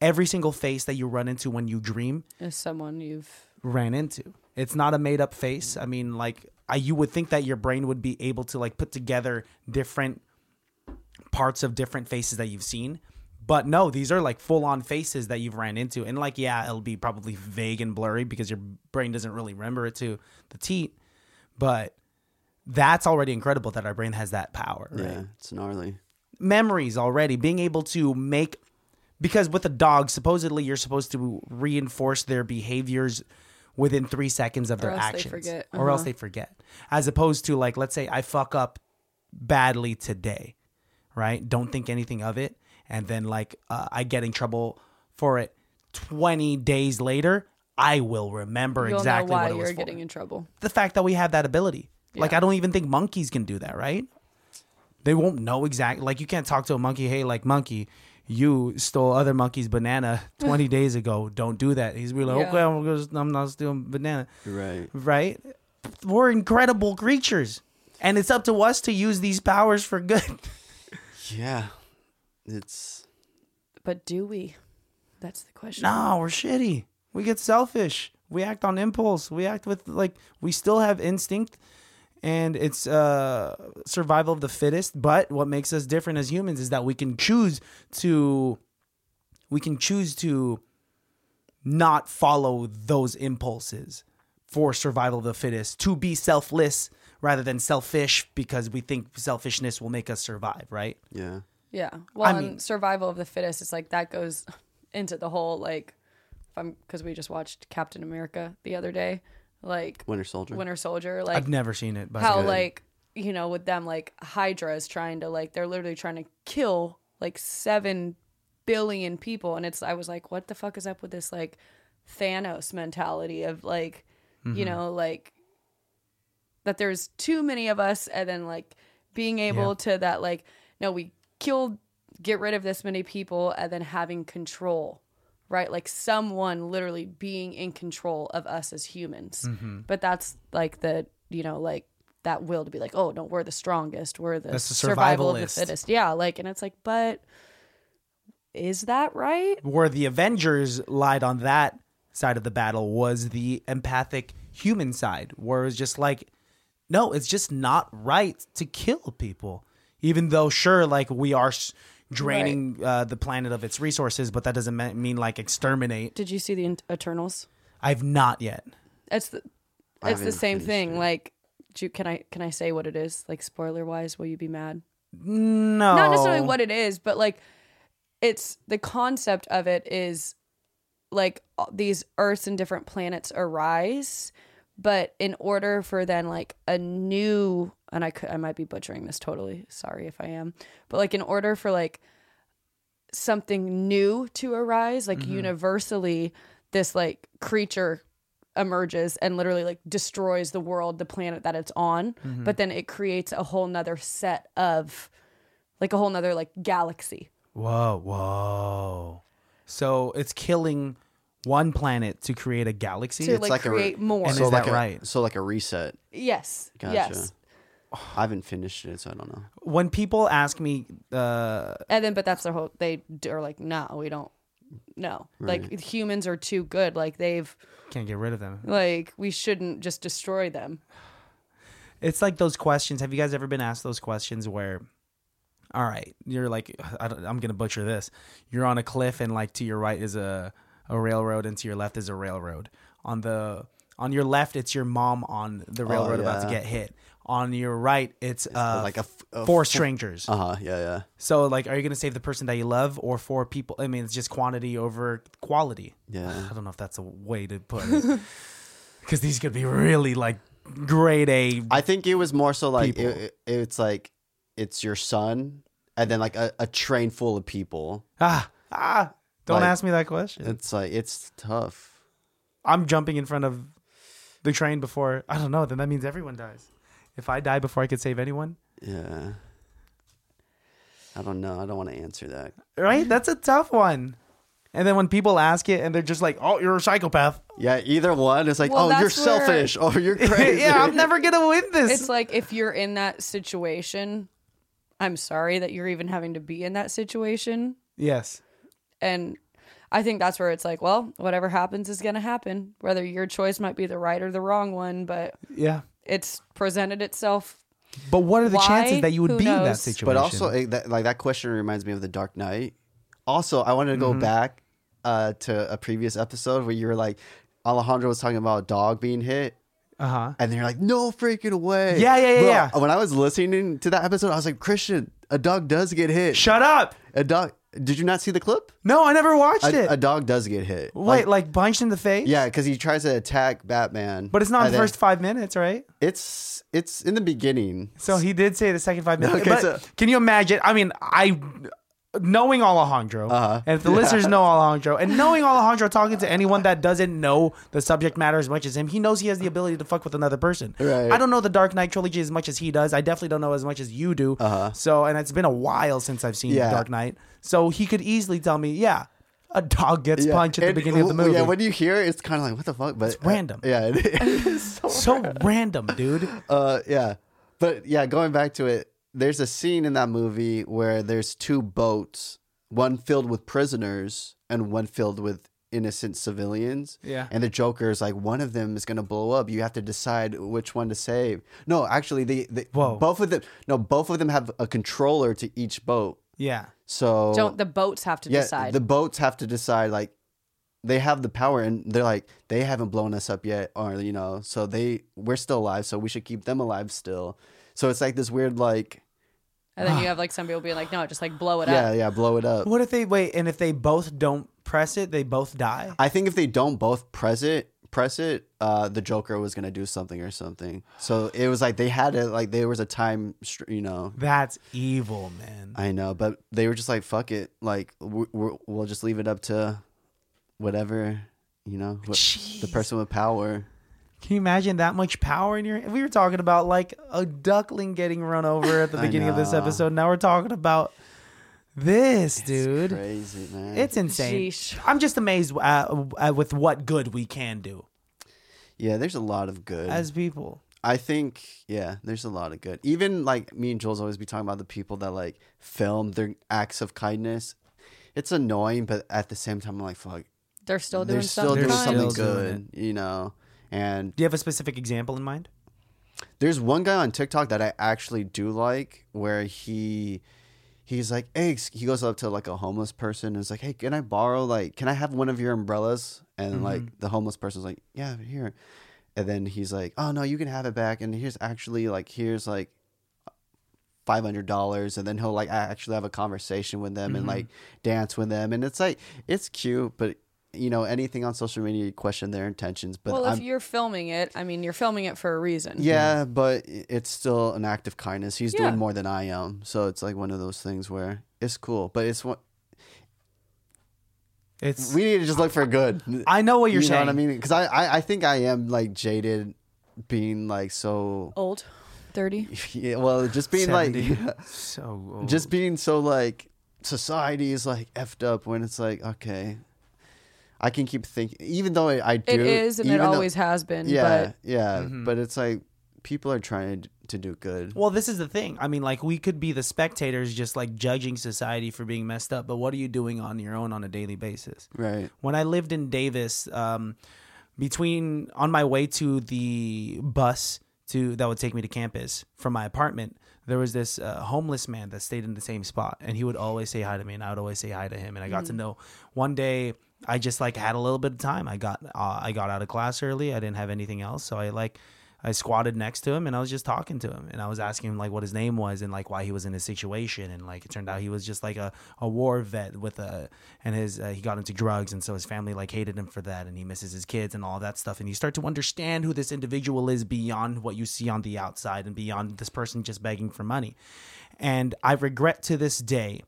[SPEAKER 1] every single face that you run into when you dream
[SPEAKER 3] Is someone you've
[SPEAKER 1] ran into. It's not a made up face. I mean, like I, you would think that your brain would be able to like put together different parts of different faces that you've seen. But no, these are like full on faces that you've ran into. And like, yeah, it'll be probably vague and blurry because your brain doesn't really remember it to the teat. But that's already incredible that our brain has that power, right?
[SPEAKER 2] Yeah. It's gnarly.
[SPEAKER 1] memories already, being able to make because with a dog, supposedly you're supposed to reinforce their behaviors within three seconds of their
[SPEAKER 3] else they
[SPEAKER 1] actions,
[SPEAKER 3] forget. Uh-huh.
[SPEAKER 1] or else they forget. As opposed to like, let's say I fuck up badly today, right? Don't think anything of it, and then like uh, I get in trouble for it twenty days later. I will remember
[SPEAKER 3] you'll
[SPEAKER 1] exactly
[SPEAKER 3] know why
[SPEAKER 1] what it was
[SPEAKER 3] you're
[SPEAKER 1] for.
[SPEAKER 3] getting in trouble.
[SPEAKER 1] the fact that we have that ability. Like
[SPEAKER 3] Yeah.
[SPEAKER 1] I don't even think monkeys can do that, right? They won't know exactly. Like you can't talk to a monkey, hey, like monkey, you stole other monkey's banana twenty days ago. Don't do that. He's be like,
[SPEAKER 3] Yeah.
[SPEAKER 1] okay, I'm, gonna, I'm not stealing banana,
[SPEAKER 2] You're right.
[SPEAKER 1] right? We're incredible creatures, and it's up to us to use these powers for good.
[SPEAKER 2] Yeah. It's
[SPEAKER 3] But do we? That's the question.
[SPEAKER 1] No, we're shitty. We get selfish. We act on impulse. We act with like we still have instinct and it's uh survival of the fittest, but what makes us different as humans is that we can choose to we can choose to not follow those impulses for survival of the fittest, to be selfless rather than selfish because we think selfishness will make us survive, right?
[SPEAKER 2] yeah.
[SPEAKER 3] Yeah. Well,
[SPEAKER 1] I
[SPEAKER 3] and
[SPEAKER 1] mean-
[SPEAKER 3] survival of the fittest, it's like that goes into the whole like, if I'm because we just watched Captain America the other day, like
[SPEAKER 2] Winter Soldier.
[SPEAKER 3] Winter Soldier, like
[SPEAKER 1] I've never seen it, but
[SPEAKER 3] how like you know with them like Hydra is trying to like they're literally trying to kill like seven billion people, and it's I was like, what the fuck is up with this like Thanos mentality of like,
[SPEAKER 1] Mm-hmm.
[SPEAKER 3] you know, like that there's too many of us and then like being able to that like no we killed get rid of this many people and then having control right like someone literally being in control of us as humans
[SPEAKER 1] Mm-hmm.
[SPEAKER 3] but that's like the you know like that will to be like oh no we're the strongest we're the,
[SPEAKER 1] That's the
[SPEAKER 3] survival of the
[SPEAKER 1] survivalist.
[SPEAKER 3] fittest yeah like and it's like but is that right
[SPEAKER 1] where the Avengers lied on that side of the battle was the empathic human side, where it was just like, no, it's just not right to kill people. Even though, sure, like we are s- draining uh, the planet of its resources, but that doesn't me- mean like exterminate.
[SPEAKER 3] did you see the In- eternals
[SPEAKER 1] I've not yet.
[SPEAKER 3] It's the
[SPEAKER 2] I
[SPEAKER 3] it's the
[SPEAKER 2] haven't
[SPEAKER 3] same
[SPEAKER 2] finished
[SPEAKER 3] thing.
[SPEAKER 2] it.
[SPEAKER 3] Like, do you- can I can I say what it is? Like, spoiler wise, will you be mad?
[SPEAKER 1] No,
[SPEAKER 3] Not necessarily what it is, but like, it's the concept of it is like all- these Earths and different planets arise, but in order for then like a new and I could I might be butchering this totally. Sorry if I am, but like in order for like something new to arise, like universally, this like creature emerges and literally like destroys the world, the planet that it's on. But then it creates a whole nother set of like a whole nother like galaxy.
[SPEAKER 1] Whoa, whoa. So it's killing one planet to create a galaxy.
[SPEAKER 3] To- like,
[SPEAKER 2] a re-
[SPEAKER 3] create more. And
[SPEAKER 1] is
[SPEAKER 2] like
[SPEAKER 1] that
[SPEAKER 2] a,
[SPEAKER 1] right?
[SPEAKER 2] So like a reset.
[SPEAKER 3] Yes.
[SPEAKER 2] Gotcha.
[SPEAKER 3] Yes.
[SPEAKER 2] I haven't finished it, so I don't know.
[SPEAKER 1] when people ask me, uh,
[SPEAKER 3] And then but that's the whole they d- are like, no, we don't no. Like humans are too good. Like they've
[SPEAKER 1] can't get rid of them.
[SPEAKER 3] like we shouldn't just destroy them.
[SPEAKER 1] It's like those questions. Have you guys ever been asked those questions where, all right, you're like, I don't, I'm going to butcher this. You're on a cliff, and like to your right is a, a railroad, and to your left is a railroad. On the on your left, it's your mom on the railroad about to
[SPEAKER 2] Oh, yeah.
[SPEAKER 1] get hit. On your right, it's, uh,
[SPEAKER 2] like a f- a
[SPEAKER 1] four strangers.
[SPEAKER 2] Uh huh. Yeah, yeah.
[SPEAKER 1] so like, are you gonna save the person that you love or four people? I mean, it's just quantity over quality.
[SPEAKER 2] Yeah.
[SPEAKER 1] I don't know if that's a way to put it, because these could be really like grade A.
[SPEAKER 2] I think it was more so like it,
[SPEAKER 1] People.
[SPEAKER 2] it- it's like it's your son, and then like a, a train full of people.
[SPEAKER 1] ah ah. Don't
[SPEAKER 2] Like-
[SPEAKER 1] ask me that question.
[SPEAKER 2] It's like it's tough.
[SPEAKER 1] I'm jumping in front of the train before. I don't know. Then that means everyone dies. If I die before I could save anyone,
[SPEAKER 2] Yeah. I don't know. I don't want to answer that.
[SPEAKER 1] right? That's a tough one. And then when people ask it and they're just like, "Oh, you're a psychopath."
[SPEAKER 2] Yeah, either one. It's like,
[SPEAKER 3] Well,
[SPEAKER 2] oh, you're
[SPEAKER 3] that's where-
[SPEAKER 2] selfish, or you're crazy.
[SPEAKER 1] yeah, I'm never gonna win this.
[SPEAKER 3] It's like if you're in that situation, I'm sorry that you're even having to be in that situation.
[SPEAKER 1] yes.
[SPEAKER 3] And I think that's where it's like, well, whatever happens is going to happen. Whether your choice might be the right or the wrong one, but
[SPEAKER 1] Yeah.
[SPEAKER 3] it's presented itself.
[SPEAKER 1] But what are the
[SPEAKER 3] Why?
[SPEAKER 1] chances that you would
[SPEAKER 3] Who
[SPEAKER 1] be in that
[SPEAKER 3] knows?
[SPEAKER 1] situation?
[SPEAKER 2] But also, it, that, like that question reminds me of the Dark Knight. Also, I wanted to
[SPEAKER 1] Mm-hmm.
[SPEAKER 2] go back uh, to a previous episode where you were like, Alejandro was talking about a dog being hit,
[SPEAKER 1] uh huh.
[SPEAKER 2] and then you're like, no freaking way.
[SPEAKER 1] Yeah, yeah, yeah,
[SPEAKER 2] Bro,
[SPEAKER 1] yeah.
[SPEAKER 2] When I was listening to that episode, I was like, Christian, a dog does get hit.
[SPEAKER 1] Shut up!
[SPEAKER 2] a dog. Did you not see the clip?
[SPEAKER 1] No, I never watched
[SPEAKER 2] A,
[SPEAKER 1] it.
[SPEAKER 2] a dog does get hit.
[SPEAKER 1] Wait, like, punched in the face?
[SPEAKER 2] yeah, because he tries to attack Batman.
[SPEAKER 1] But it's not
[SPEAKER 2] and
[SPEAKER 1] the
[SPEAKER 2] then-
[SPEAKER 1] first five minutes, right?
[SPEAKER 2] It's it's in the beginning.
[SPEAKER 1] So he did say the second five minutes.
[SPEAKER 2] Okay,
[SPEAKER 1] but
[SPEAKER 2] so-
[SPEAKER 1] can you imagine? I mean, I knowing Alejandro,
[SPEAKER 2] Uh-huh.
[SPEAKER 1] and if the listeners know Alejandro, and knowing Alejandro talking to anyone that doesn't know the subject matter as much as him, he knows he has the ability to fuck with another person.
[SPEAKER 2] Right.
[SPEAKER 1] I don't know the Dark Knight trilogy as much as he does. I definitely don't know as much as you do. Uh-huh. So, and it's been a while since I've seen
[SPEAKER 2] Yeah.
[SPEAKER 1] Dark Knight. So he could easily tell me, yeah, a dog gets punched at the
[SPEAKER 2] And-
[SPEAKER 1] beginning of the
[SPEAKER 2] w-
[SPEAKER 1] movie.
[SPEAKER 2] Yeah, when you hear it, it's kind of like what the fuck, but it's
[SPEAKER 1] random.
[SPEAKER 2] yeah, it is.
[SPEAKER 1] so random, dude.
[SPEAKER 2] uh, yeah, but yeah, going back to it, there's a scene in that movie where there's two boats, one filled with prisoners and one filled with innocent civilians.
[SPEAKER 1] Yeah.
[SPEAKER 2] and the Joker is like, one of them is gonna blow up. You have to decide which one to save. No, actually, they, they
[SPEAKER 1] Whoa.
[SPEAKER 2] both of them. No, both of them have a controller to each boat.
[SPEAKER 1] Yeah.
[SPEAKER 2] So
[SPEAKER 3] Don't the boats have to decide?
[SPEAKER 2] the boats have to decide like they have the power and they're like they haven't blown us up yet or you know, so they we're still alive, so we should keep them alive still. So it's like this weird like
[SPEAKER 3] and then you have like some people being like, no, just like blow it
[SPEAKER 2] yeah,
[SPEAKER 3] up.
[SPEAKER 2] yeah, blow it up.
[SPEAKER 1] What if they wait? And if they both don't press it, they both die.
[SPEAKER 2] I think if they don't both press it press it, uh the Joker was gonna do something or something. So it was like they had it like there was a time str- you know.
[SPEAKER 1] That's evil, man.
[SPEAKER 2] I know, but they were just like fuck it, like we we're, we'll just leave it up to whatever, you know, wh- the
[SPEAKER 1] Jeez.
[SPEAKER 2] person with power.
[SPEAKER 1] Can you imagine that much power in your? We were talking about like a duckling getting run over at the
[SPEAKER 2] I
[SPEAKER 1] beginning of this
[SPEAKER 2] know.
[SPEAKER 1] episode. Now we're talking about this, dude. It's,
[SPEAKER 2] Crazy man.
[SPEAKER 1] insane.
[SPEAKER 3] Sheesh.
[SPEAKER 1] I'm just amazed uh, uh, with what good we can do
[SPEAKER 2] yeah, there's a lot of good.
[SPEAKER 1] as people.
[SPEAKER 2] I think yeah, there's a lot of good. Even like me and Jules always be talking about the people that like film their acts of kindness. It's annoying, but at the same time, I'm like, fuck,
[SPEAKER 3] They're still doing
[SPEAKER 2] they're still
[SPEAKER 3] something.
[SPEAKER 2] doing
[SPEAKER 1] kind.
[SPEAKER 2] something
[SPEAKER 1] Still doing
[SPEAKER 2] good, you know. And
[SPEAKER 1] Do you have a specific example in mind?
[SPEAKER 2] there's one guy on TikTok that I actually do like, where he he's like, hey, ex- he goes up to like a homeless person and is like, hey, can I borrow like, can I have one of your umbrellas? And
[SPEAKER 3] Mm-hmm.
[SPEAKER 2] like the homeless person's like, yeah, here. And then he's like, oh no, you can have it back. And here's actually like, here's like five hundred dollars. And then he'll like a- actually have a conversation with them and
[SPEAKER 3] Mm-hmm.
[SPEAKER 2] like dance with them. And it's like it's cute, but you know anything on social media, you question their intentions. But
[SPEAKER 3] Well,
[SPEAKER 2] I'm,
[SPEAKER 3] if you're filming it, I mean, you're filming it for a reason.
[SPEAKER 2] yeah, but i- it's still an act of kindness. He's
[SPEAKER 3] Yeah.
[SPEAKER 2] doing more than I am, so it's like one of those things where it's cool, but it's what
[SPEAKER 1] It's
[SPEAKER 2] we need to just look for good.
[SPEAKER 1] I know what you're
[SPEAKER 2] you know
[SPEAKER 1] saying.
[SPEAKER 2] what I mean? Because I, I I think I am like jaded, being like so.
[SPEAKER 3] Old, 30.
[SPEAKER 2] Yeah, well, just being
[SPEAKER 1] 70.
[SPEAKER 2] like,
[SPEAKER 1] So old.
[SPEAKER 2] just being so like society is like effed up when it's like okay, I can keep thinking, even though I, I do.
[SPEAKER 3] It is, and it
[SPEAKER 2] even though-
[SPEAKER 3] always has been.
[SPEAKER 2] Yeah,
[SPEAKER 3] But
[SPEAKER 2] yeah, but it's like people are trying to, to do good.
[SPEAKER 1] Well, this is the thing. I mean, like we could be the spectators, just like judging society for being messed up. But what are you doing on your own on a daily basis?
[SPEAKER 2] Right.
[SPEAKER 1] When I lived in Davis, um, between on my way to the bus to that would take me to campus from my apartment, there was this uh, homeless man that stayed in the same spot, and he would always say hi to me, and I would always say hi to him, and I got to know. One day, I just like had a little bit of time. I got uh, I got out of class early. I didn't have anything else, so I like I squatted next to him and I was just talking to him and I was asking him like what his name was and like why he was in his situation and like it turned out he was just like a, a war vet with a and his uh, he got into drugs and so his family like hated him for that and he misses his kids and all that stuff and you start to understand who this individual is beyond what you see on the outside and beyond this person just begging for money and I regret to this day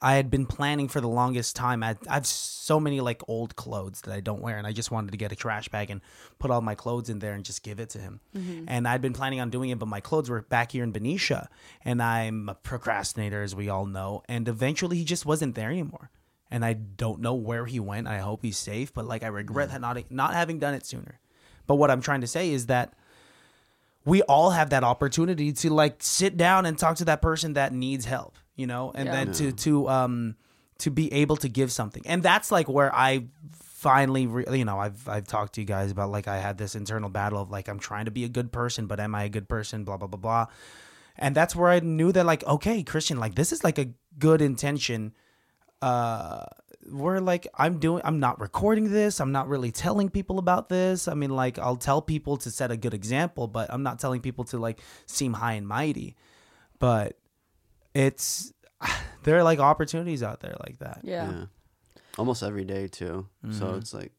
[SPEAKER 1] I had been planning for the longest time. I, I have so many like old clothes that I don't wear, and I just wanted to get a trash bag and put all my clothes in there and just give it to him. And I'd been planning on doing it, but my clothes were back here in Benicia, and I'm a procrastinator, as we all know. And eventually, he just wasn't there anymore. And I don't know where he went. I hope he's safe, but like I regret not not having done it sooner. But what I'm trying to say is that we all have that opportunity to like sit down and talk to that person that needs help you know and
[SPEAKER 3] Yeah.
[SPEAKER 1] then to to um to be able to give something and that's like where i finally re- you know i've i've talked to you guys about like i had this internal battle of like i'm trying to be a good person but am i a good person blah blah blah blah and that's where i knew that like okay christian like this is like a good intention uh we're like i'm doing i'm not recording this i'm not really telling people about this i mean like i'll tell people to set a good example but i'm not telling people to like seem high and mighty but it's there are like opportunities out there like that
[SPEAKER 3] Yeah.
[SPEAKER 2] Yeah. Almost every day too.
[SPEAKER 1] Mm-hmm.
[SPEAKER 2] So it's like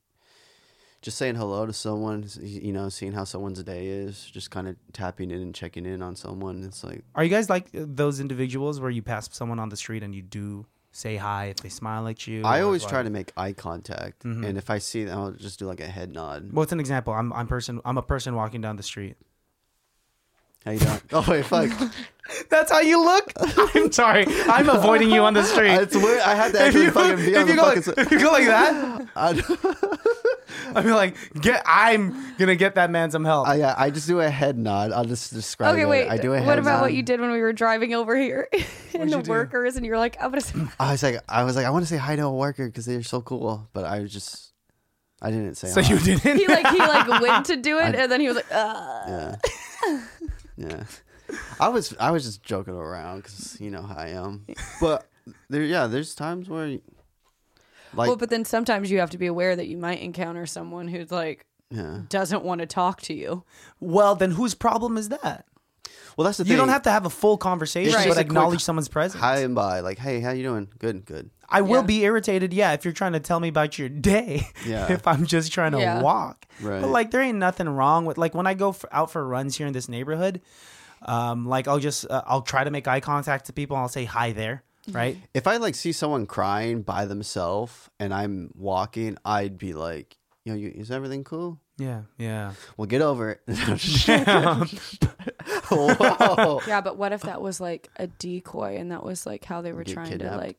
[SPEAKER 2] just saying hello to someone, s- you know, seeing how someone's day is, just kind of tapping in and checking in on someone. It's like
[SPEAKER 1] are you guys like those individuals where you pass someone on the street and you do say hi if they smile at you
[SPEAKER 2] I
[SPEAKER 1] or
[SPEAKER 2] always
[SPEAKER 1] what?
[SPEAKER 2] try to make eye contact,
[SPEAKER 1] Mm-hmm.
[SPEAKER 2] and if I see them, I'll just do like a head nod.
[SPEAKER 1] what's an example i'm i'm person i'm a person walking down the street
[SPEAKER 2] How you doing? oh wait, fuck!
[SPEAKER 1] that's how you look i'm sorry i'm avoiding you on the street
[SPEAKER 2] it's weird. I had to actually fucking be on the
[SPEAKER 1] go
[SPEAKER 2] fucking.
[SPEAKER 1] like,
[SPEAKER 2] s-
[SPEAKER 1] if you go like that
[SPEAKER 2] I,
[SPEAKER 1] I mean, like, get. I'm gonna get that man some help.
[SPEAKER 2] I, yeah, I just do a head nod. I'll just describe
[SPEAKER 3] Okay,
[SPEAKER 2] it.
[SPEAKER 3] wait.
[SPEAKER 2] I do a head
[SPEAKER 3] what about
[SPEAKER 2] nod.
[SPEAKER 3] what you did when we were driving over here and the
[SPEAKER 1] you do?
[SPEAKER 3] workers, and you're like, "Oh, I'm gonna. Say,
[SPEAKER 2] I was like, I was like, I want to say hi to a worker because they're so cool, but I was just, I didn't say.
[SPEAKER 1] so
[SPEAKER 2] hi.
[SPEAKER 1] you didn't.
[SPEAKER 3] he like he like went to do it,
[SPEAKER 2] I-
[SPEAKER 3] and then he was like, Ugh.
[SPEAKER 2] Yeah. yeah. I was I was just joking around because you know how I am. But there, yeah, there's times where, you- like,
[SPEAKER 3] well, but then sometimes you have to be aware that you might encounter someone who's like
[SPEAKER 2] yeah.
[SPEAKER 3] doesn't want to talk to you.
[SPEAKER 1] well, then whose problem is that?
[SPEAKER 2] Well, that's the thing.
[SPEAKER 1] You don't have to have a full conversation,
[SPEAKER 2] It's
[SPEAKER 1] but
[SPEAKER 3] just a
[SPEAKER 1] acknowledge
[SPEAKER 2] quick
[SPEAKER 1] someone's presence.
[SPEAKER 2] hi and bye. Like, hey, how you doing? Good, good.
[SPEAKER 1] I will
[SPEAKER 3] Yeah.
[SPEAKER 1] be irritated, yeah, if you're trying to tell me about your day.
[SPEAKER 2] Yeah.
[SPEAKER 1] if I'm just trying to
[SPEAKER 3] Yeah.
[SPEAKER 1] walk,
[SPEAKER 2] Right.
[SPEAKER 1] but like there ain't nothing wrong with like when I go f out for runs here in this neighborhood, um, like I'll just uh, I'll try to make eye contact to people. and I'll say hi there, right?
[SPEAKER 2] If I like see someone crying by themselves and I'm walking, I'd be like, yo, you, is everything cool?
[SPEAKER 1] Yeah, yeah.
[SPEAKER 2] Well, get over it. Whoa.
[SPEAKER 3] Yeah, but what if that was like a decoy, and that was like how they were
[SPEAKER 2] Get
[SPEAKER 3] trying to
[SPEAKER 2] kidnapped.
[SPEAKER 3] like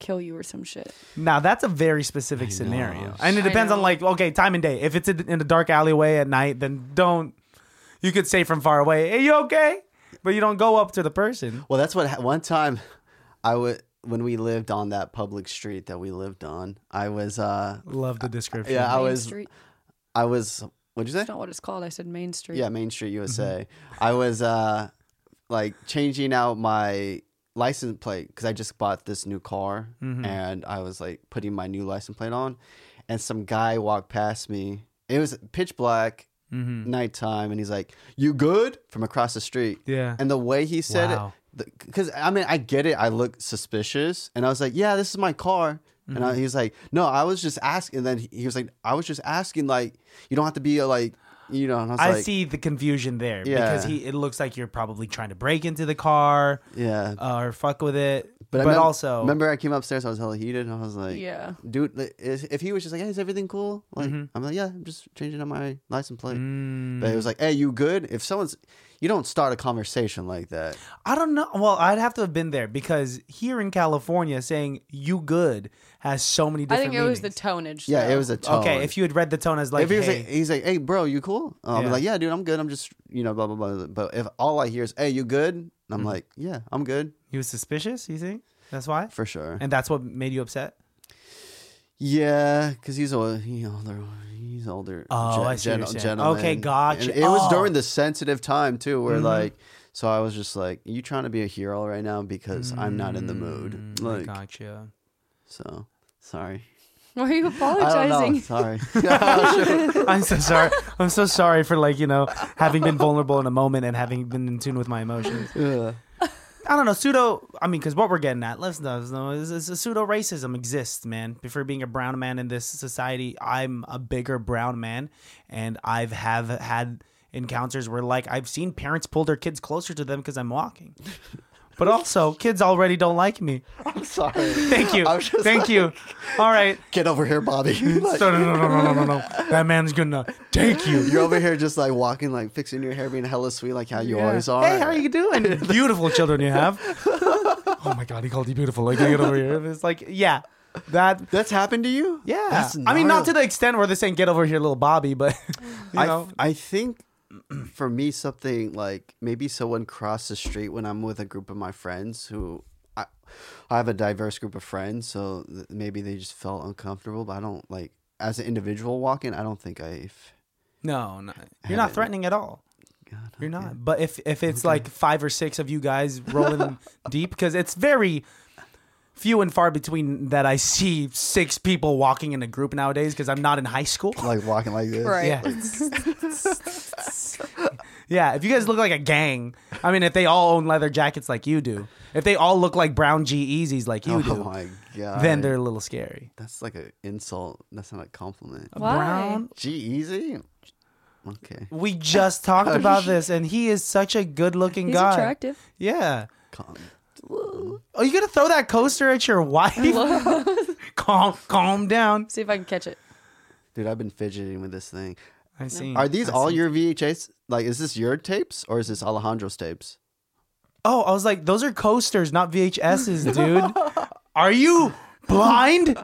[SPEAKER 3] kill you or some shit?
[SPEAKER 1] Now that's a very specific scenario, and it
[SPEAKER 3] I
[SPEAKER 1] depends on
[SPEAKER 3] know.
[SPEAKER 1] like okay, time and day. If it's in in a dark alleyway at night, then don't. You could say from far away, "Hey, you okay?" But you don't go up to the person.
[SPEAKER 2] Well, that's what ha- one time I would when we lived on that public street that we lived on. I was uh
[SPEAKER 1] Love the description.
[SPEAKER 2] yeah, I
[SPEAKER 3] Main
[SPEAKER 2] was
[SPEAKER 3] Street.
[SPEAKER 2] I was what'd you say?
[SPEAKER 3] That's not what it's called. I said Main Street.
[SPEAKER 2] Yeah, Main Street USA. I was uh like changing out my license plate cuz I just bought this new car and I was like putting my new license plate on and some guy walked past me. It was pitch black. Nighttime, and he's like, "You good?" from across the street.
[SPEAKER 1] Yeah.
[SPEAKER 2] and the way he said
[SPEAKER 1] Wow.
[SPEAKER 2] it, because I mean, I get it. I look suspicious, and I was like, "Yeah, this is my car." And
[SPEAKER 1] Mm-hmm.
[SPEAKER 2] I, he was like, "No, I was just asking." And then he, he was like, "I was just asking. Like, you don't have to be a, like, you know." And I was
[SPEAKER 1] I
[SPEAKER 2] like,
[SPEAKER 1] see the confusion there because
[SPEAKER 2] Yeah.
[SPEAKER 1] he. It looks like you're probably trying to break into the car
[SPEAKER 2] "Yeah."
[SPEAKER 1] uh, or fuck with it,
[SPEAKER 2] but I
[SPEAKER 1] but,
[SPEAKER 2] mem-
[SPEAKER 1] also
[SPEAKER 2] remember, I came upstairs. I was hella heated, and I was like,
[SPEAKER 3] Yeah.
[SPEAKER 2] dude." li- If if he was just like, "Hey, is everything cool?" Like,
[SPEAKER 1] Mm-hmm.
[SPEAKER 2] I'm like, "Yeah, I'm just changing out my license plate." But
[SPEAKER 1] Mm.
[SPEAKER 2] it was like, "Hey, you good?" If someone's, you don't start a conversation like that.
[SPEAKER 1] I don't know. Well, I'd have to have been there because here in California, saying "you good" has so many
[SPEAKER 3] I
[SPEAKER 1] different.
[SPEAKER 3] think it was the
[SPEAKER 1] meanings.
[SPEAKER 3] tonnage.
[SPEAKER 2] Yeah,
[SPEAKER 3] though.
[SPEAKER 2] it was a tone.
[SPEAKER 1] okay. If you had read the tone as like,
[SPEAKER 2] if he was
[SPEAKER 1] "Hey,"
[SPEAKER 2] like, he's like, "Hey, bro, you cool?" I'll
[SPEAKER 1] Yeah.
[SPEAKER 2] be like, "Yeah, dude, I'm good. I'm just, you know, blah blah blah." But if all I hear is, "Hey, you good?" and I'm
[SPEAKER 1] Mm-hmm.
[SPEAKER 2] like, "Yeah, I'm good
[SPEAKER 1] he was suspicious. You think that's why?
[SPEAKER 2] for sure."
[SPEAKER 1] And that's what made you upset?
[SPEAKER 2] yeah, because he's old, he older, he's older.
[SPEAKER 1] Oh,
[SPEAKER 2] gen-
[SPEAKER 1] I see what you're
[SPEAKER 2] gen-
[SPEAKER 1] saying. Okay,
[SPEAKER 2] gentleman.
[SPEAKER 1] gotcha.
[SPEAKER 2] And it was
[SPEAKER 1] Oh. Mm-hmm.
[SPEAKER 2] during the sensitive time too, where like, so I was just like, "You trying to be a hero
[SPEAKER 1] Mm,
[SPEAKER 2] right now?" Because I'm not in the mood. Like,
[SPEAKER 1] gotcha.
[SPEAKER 2] so sorry.
[SPEAKER 3] Why are you
[SPEAKER 2] I don't know.
[SPEAKER 3] apologizing?
[SPEAKER 2] Sorry.
[SPEAKER 1] I'm so sorry. I'm so sorry for like you know having been vulnerable in a moment and having been in tune with my emotions.
[SPEAKER 2] Yeah.
[SPEAKER 1] I don't know pseudo. I mean, because what we're getting at, let's know, let's know is, is a pseudo racism exists, man. Before being a brown man in this society, I'm a bigger brown man, and I've have had encounters where like I've seen parents pull their kids closer to them because I'm walking. But also, kids already don't like me.
[SPEAKER 2] I'm sorry.
[SPEAKER 1] Thank you.
[SPEAKER 2] I was just
[SPEAKER 1] Thank
[SPEAKER 2] like,
[SPEAKER 1] you. All right.
[SPEAKER 2] Get over here, Bobby. Like,
[SPEAKER 1] So, no, no, no, no, no, no, no. That man's gonna take you.
[SPEAKER 2] you're over here just like walking, like fixing your hair, being hella sweet, like how you always are.
[SPEAKER 1] Hey, how you doing? beautiful children you have. oh my god, he called you beautiful. Like, get over here. It's like, yeah, that.
[SPEAKER 2] That's happened to you?
[SPEAKER 1] Yeah,
[SPEAKER 2] That's
[SPEAKER 1] I mean, not
[SPEAKER 2] gnarly.
[SPEAKER 1] to the extent where they're saying "get over here, little Bobby," but you
[SPEAKER 2] I,
[SPEAKER 1] know,
[SPEAKER 2] I think for me something like maybe someone crossed the street when I'm with a group of my friends who I, I have a diverse group of friends so th- maybe they just felt uncomfortable but I don't like as an individual walking I don't think I've
[SPEAKER 1] no, no, you're not threatening at all.
[SPEAKER 2] God,
[SPEAKER 1] You're not. But if if it's like five or six of you guys rolling deep, because it's very few and far between that I see six people walking in a group nowadays. Because I'm not in high school.
[SPEAKER 2] like walking like this
[SPEAKER 3] Right.
[SPEAKER 1] Yeah. yeah, if you guys look like a gang, I mean, if they all own leather jackets like you do, if they all look like brown G Easy's like you
[SPEAKER 2] oh
[SPEAKER 1] do,
[SPEAKER 2] my god
[SPEAKER 1] then they're a little scary.
[SPEAKER 2] that's like an insult that's not a compliment
[SPEAKER 3] Why?
[SPEAKER 1] Brown?
[SPEAKER 2] gee easy okay
[SPEAKER 1] We just
[SPEAKER 2] Oh,
[SPEAKER 1] talked about this, and he is such a good looking
[SPEAKER 3] He's
[SPEAKER 1] guy.
[SPEAKER 3] attractive.
[SPEAKER 1] Yeah.
[SPEAKER 2] calm
[SPEAKER 1] Are you going to throw that coaster at your wife? calm, calm down.
[SPEAKER 3] See if I can catch it.
[SPEAKER 2] dude I've been fidgeting with this thing
[SPEAKER 1] I see.
[SPEAKER 2] are these all your VHS like is this your tapes or is this Alejandro's tapes
[SPEAKER 1] Oh, I was like, those are coasters, not VHSs, dude. are you blind?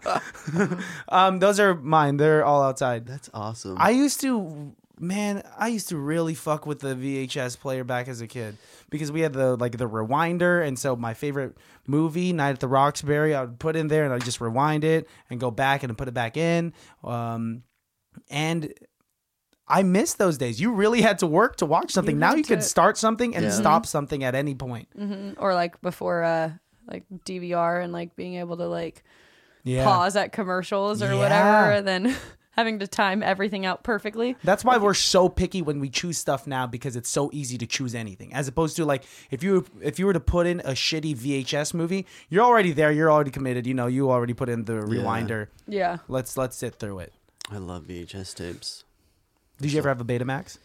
[SPEAKER 1] um, those are mine. They're all outside.
[SPEAKER 2] that's awesome
[SPEAKER 1] I used to, man, I used to really fuck with the VHS player back as a kid because we had the like the rewinder, and so my favorite movie, Night at the Roxbury, I would put in there and I'd just rewind it and go back and put it back in. Um, and I miss those days. You really had to work to watch something. now
[SPEAKER 3] had
[SPEAKER 1] you could
[SPEAKER 3] to-
[SPEAKER 1] start something and
[SPEAKER 2] Yeah.
[SPEAKER 1] stop something at any point.
[SPEAKER 3] Mhm. Or like before uh like DVR and like being able to like
[SPEAKER 1] Yeah.
[SPEAKER 3] pause at commercials or
[SPEAKER 1] Yeah.
[SPEAKER 3] whatever and then having to time everything out perfectly.
[SPEAKER 1] That's why we're so picky when we choose stuff now because it's so easy to choose anything. As opposed to like if you if you were to put in a shitty VHS movie, you're already there, you're already committed, you know, you already put in the rewinder.
[SPEAKER 3] Yeah.
[SPEAKER 1] Let's let's sit through it.
[SPEAKER 2] I love VHS tapes.
[SPEAKER 1] Did you ever have a Betamax?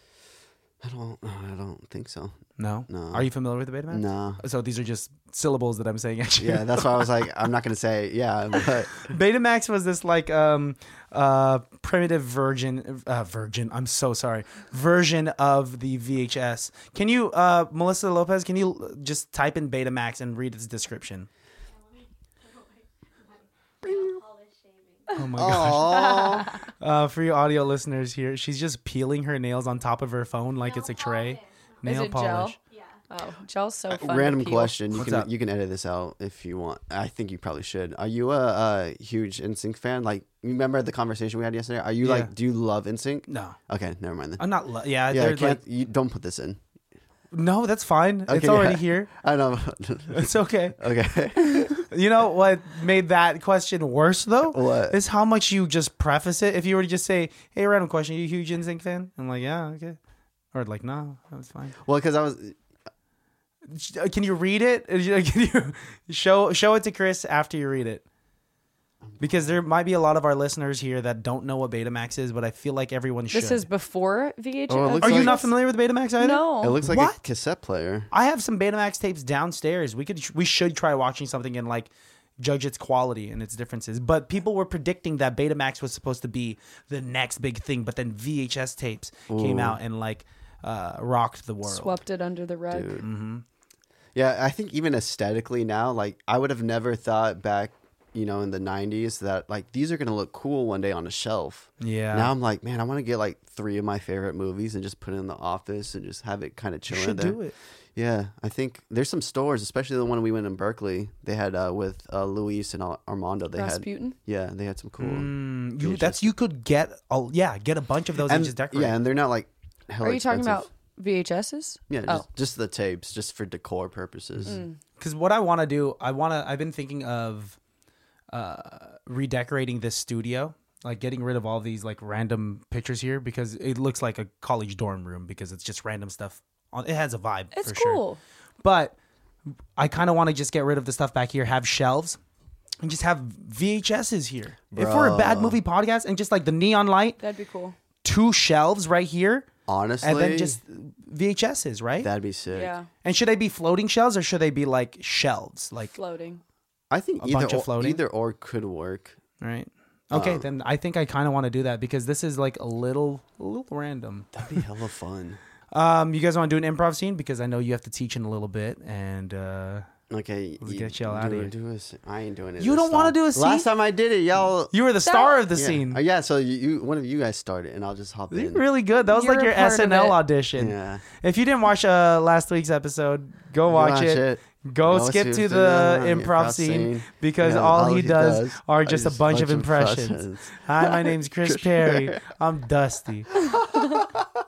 [SPEAKER 2] I don't. I don't think so.
[SPEAKER 1] No.
[SPEAKER 2] No.
[SPEAKER 1] Are you familiar with the Betamax?
[SPEAKER 2] Nah.
[SPEAKER 1] So these are just syllables that I'm saying at you.
[SPEAKER 2] Yeah, that's why I was like, I'm not gonna say yeah, but
[SPEAKER 1] Betamax was this like um uh primitive virgin uh virgin I'm so sorry version of the VHS. Can you uh Melissa Lopez can you l- just type in Betamax and read its description? Oh my gosh.
[SPEAKER 2] oh,
[SPEAKER 1] Uh, for you audio listeners here, she's just peeling her nails on top of her phone like it's a tray. Nail
[SPEAKER 3] Is it
[SPEAKER 1] polish.
[SPEAKER 3] gel? Oh, gel's so fun. to
[SPEAKER 2] Uh, random
[SPEAKER 3] peel.
[SPEAKER 2] question. You
[SPEAKER 1] What's
[SPEAKER 2] can
[SPEAKER 1] up?
[SPEAKER 2] you can edit this out if you want. I think you probably should. Are you a, a huge NSYNC fan? Like, you remember the conversation we had yesterday? Are you
[SPEAKER 1] Yeah.
[SPEAKER 2] like, do you love NSYNC?
[SPEAKER 1] No.
[SPEAKER 2] Okay, never mind then.
[SPEAKER 1] I'm not lo- yeah,
[SPEAKER 2] yeah, I
[SPEAKER 1] they're
[SPEAKER 2] can't.
[SPEAKER 1] like
[SPEAKER 2] you don't put this in.
[SPEAKER 1] no, that's fine. it's
[SPEAKER 2] Okay,
[SPEAKER 1] already
[SPEAKER 2] yeah.
[SPEAKER 1] here.
[SPEAKER 2] I know.
[SPEAKER 1] It's okay.
[SPEAKER 2] okay.
[SPEAKER 1] You know what made that question worse though?
[SPEAKER 2] What?
[SPEAKER 1] Is how much you just preface it. If you were to just say, "Hey, random question, you a huge NSYNC fan?" I'm like, "Yeah, okay," or like, "No, that was fine."
[SPEAKER 2] well, because I was.
[SPEAKER 1] Uh, Can you read it? Can you show show it to Chris after you read it? Because there might be a lot of our listeners here that don't know what Betamax is, but I feel like everyone should.
[SPEAKER 3] This is before VHS.
[SPEAKER 2] Oh, it looks
[SPEAKER 1] Are you
[SPEAKER 2] like-
[SPEAKER 1] not familiar with Betamax either?
[SPEAKER 3] No.
[SPEAKER 2] It looks like a
[SPEAKER 1] What?
[SPEAKER 2] cassette player.
[SPEAKER 1] I have some Betamax tapes downstairs. We could we should try watching something and like judge its quality and its differences. But people were predicting that Betamax was supposed to be the next big thing, but then VHS tapes came out and like uh, rocked the world.
[SPEAKER 3] Swept it under the rug.
[SPEAKER 2] Yeah, I think even aesthetically now, like I would have never thought back, you know, in the '90s that like these are gonna look cool one day on a shelf.
[SPEAKER 1] Yeah.
[SPEAKER 2] Now I'm like, man, I want to get like three of my favorite movies and just put it in the office and just have it kind of chilling
[SPEAKER 1] should
[SPEAKER 2] there.
[SPEAKER 1] do it.
[SPEAKER 2] Yeah, I think there's some stores, especially the one we went in Berkeley. They had uh, with uh, Luis and Al- Armando. They
[SPEAKER 3] Rasputin?
[SPEAKER 2] had yeah, they had some cool.
[SPEAKER 1] Mm, you, that's you could get a yeah get a bunch of those and,
[SPEAKER 2] and
[SPEAKER 1] just decorate.
[SPEAKER 2] yeah, and they're not like. hella
[SPEAKER 3] Are you talking
[SPEAKER 2] expensive.
[SPEAKER 3] about VHSs?
[SPEAKER 2] Yeah,
[SPEAKER 3] Oh. Mm.
[SPEAKER 2] just, just the tapes, just for decor purposes.
[SPEAKER 1] Because what I want to do, I want to. I've been thinking of uh, redecorating this studio, like getting rid of all these like random pictures here because it looks like a college dorm room because it's just random stuff. On, it has a vibe.
[SPEAKER 3] It's
[SPEAKER 1] for Sure.
[SPEAKER 3] cool.
[SPEAKER 1] But I kind of want to just get rid of the stuff back here, have shelves, and just have VHSs here. If we're a bad movie podcast and just like the neon light,
[SPEAKER 3] That'd be cool.
[SPEAKER 1] two shelves right here,
[SPEAKER 2] Honestly,
[SPEAKER 1] and then just VHSs, right?
[SPEAKER 2] that'd be sick.
[SPEAKER 3] Yeah,
[SPEAKER 1] and should they be floating shelves or should they be like shelves? Like,
[SPEAKER 3] floating.
[SPEAKER 2] I think
[SPEAKER 1] A
[SPEAKER 2] either
[SPEAKER 1] bunch of
[SPEAKER 2] or,
[SPEAKER 1] floating?
[SPEAKER 2] either or could work.
[SPEAKER 1] right? Okay, then I think I kind of want to do that because this is like a little, a little random.
[SPEAKER 2] That'd be hella fun.
[SPEAKER 1] Um, you guys want to do an improv scene because I know you have to teach in a little bit, and uh,
[SPEAKER 2] Okay,
[SPEAKER 1] Let's
[SPEAKER 2] you-
[SPEAKER 1] get y'all
[SPEAKER 2] do
[SPEAKER 1] outta
[SPEAKER 2] it,
[SPEAKER 1] here.
[SPEAKER 2] Do a s- I ain't doing it.
[SPEAKER 1] You
[SPEAKER 2] this
[SPEAKER 1] don't wanna
[SPEAKER 2] time.
[SPEAKER 1] do a
[SPEAKER 2] Last
[SPEAKER 1] scene?
[SPEAKER 2] time I did it, y'all.
[SPEAKER 1] you were the star of the
[SPEAKER 2] yeah.
[SPEAKER 1] scene.
[SPEAKER 2] Uh, yeah, so you, you, one of you guys started, and I'll just hop in.
[SPEAKER 1] Really good. That was like
[SPEAKER 3] You're
[SPEAKER 1] your
[SPEAKER 3] a part of
[SPEAKER 1] SNL
[SPEAKER 3] it.
[SPEAKER 1] audition.
[SPEAKER 2] Yeah.
[SPEAKER 1] If you didn't watch uh, last week's episode, go watch,
[SPEAKER 2] watch
[SPEAKER 1] it.
[SPEAKER 2] it.
[SPEAKER 1] Go
[SPEAKER 2] Go
[SPEAKER 1] skip
[SPEAKER 2] skip
[SPEAKER 1] to
[SPEAKER 2] to
[SPEAKER 1] the
[SPEAKER 2] the
[SPEAKER 1] improv
[SPEAKER 2] improv
[SPEAKER 1] scene
[SPEAKER 2] scene.
[SPEAKER 1] because
[SPEAKER 2] Yeah,
[SPEAKER 1] all he does, are just, a bunch, of impressions.
[SPEAKER 2] impressions.
[SPEAKER 1] Hi, my name's Chris Perry. I'm Dusty.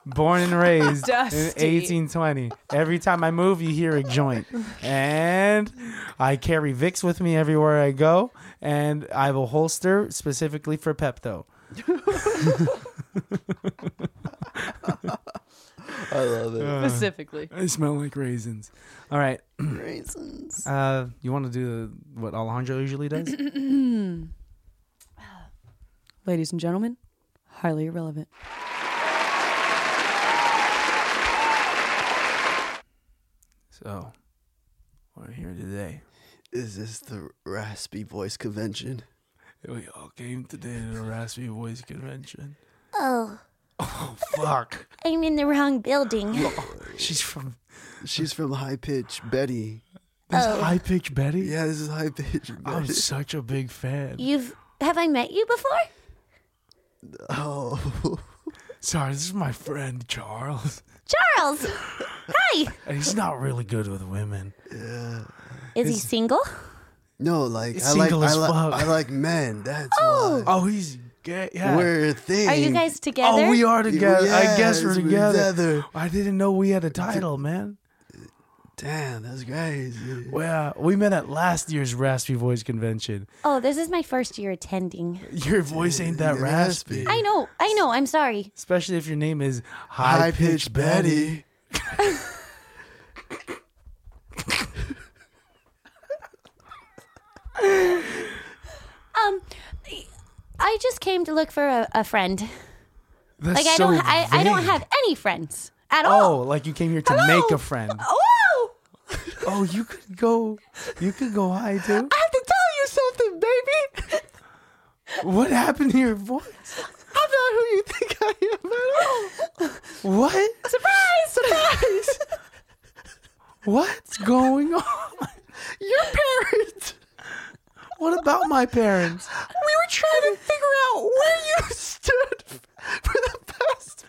[SPEAKER 1] Born and raised in
[SPEAKER 3] Dusty.
[SPEAKER 1] 1820. Every time I move, you hear a joint. And I carry Vicks with me everywhere I go. And I have a holster specifically for Pepto.
[SPEAKER 2] I love it.
[SPEAKER 3] Specifically,
[SPEAKER 1] I smell like raisins. All right.
[SPEAKER 2] Raisins.
[SPEAKER 1] Uh, you want to do what Alejandro usually does?
[SPEAKER 3] ladies and gentlemen, highly irrelevant.
[SPEAKER 1] so, we're here today.
[SPEAKER 2] Is this the raspy voice convention?
[SPEAKER 1] We all came today to the Raspy Voice Convention.
[SPEAKER 4] Oh,
[SPEAKER 1] Oh, fuck.
[SPEAKER 4] I'm in the wrong building.
[SPEAKER 1] She's from
[SPEAKER 2] She's from High Pitch Betty.
[SPEAKER 1] this high pitch Betty.
[SPEAKER 2] Yeah, this is High Pitch
[SPEAKER 1] I'm
[SPEAKER 2] Betty.
[SPEAKER 1] such a big fan.
[SPEAKER 4] You've have I met you before?
[SPEAKER 2] Oh.
[SPEAKER 1] Sorry, this is my friend Charles,
[SPEAKER 4] Charles. Hi.
[SPEAKER 1] and he's not really good with women.
[SPEAKER 4] Is he single?
[SPEAKER 2] No, like I like
[SPEAKER 1] Single
[SPEAKER 2] I,
[SPEAKER 1] as
[SPEAKER 2] li-
[SPEAKER 1] fuck.
[SPEAKER 2] I like men. That's
[SPEAKER 4] Oh.
[SPEAKER 2] why.
[SPEAKER 1] Oh, he's gay. Yeah.
[SPEAKER 2] We're a thing.
[SPEAKER 4] Are you guys together?
[SPEAKER 1] oh, we are together. I guess
[SPEAKER 2] Yes,
[SPEAKER 1] we're
[SPEAKER 2] we're
[SPEAKER 1] together.
[SPEAKER 2] together.
[SPEAKER 1] I didn't know we had a title, man.
[SPEAKER 2] Damn, that's crazy.
[SPEAKER 1] Well, we met at last year's Raspy Voice Convention.
[SPEAKER 4] Oh, this is my first year attending.
[SPEAKER 1] Your voice ain't that
[SPEAKER 2] Yeah,
[SPEAKER 1] raspy,
[SPEAKER 4] I know. I know. I'm sorry.
[SPEAKER 1] especially if your name is High
[SPEAKER 2] High
[SPEAKER 1] Pitch
[SPEAKER 2] pitched
[SPEAKER 1] Betty.
[SPEAKER 2] Betty.
[SPEAKER 4] Um, I just came to look for a, a friend.
[SPEAKER 1] That's
[SPEAKER 4] Like I
[SPEAKER 1] so
[SPEAKER 4] don't. I, I don't
[SPEAKER 1] vague.
[SPEAKER 4] have any friends at
[SPEAKER 1] Oh,
[SPEAKER 4] all.
[SPEAKER 1] like you came here to
[SPEAKER 4] Hello?
[SPEAKER 1] make a friend.
[SPEAKER 4] Oh,
[SPEAKER 1] Oh, you could go. You could go high too.
[SPEAKER 4] I have to tell you something, baby.
[SPEAKER 1] What happened to your voice?
[SPEAKER 4] I'm not who you think I am at all.
[SPEAKER 1] What?
[SPEAKER 4] Surprise! Surprise!
[SPEAKER 1] What's going on?
[SPEAKER 4] Your parents.
[SPEAKER 1] What about my parents?
[SPEAKER 4] We were trying to figure out where you stood for the past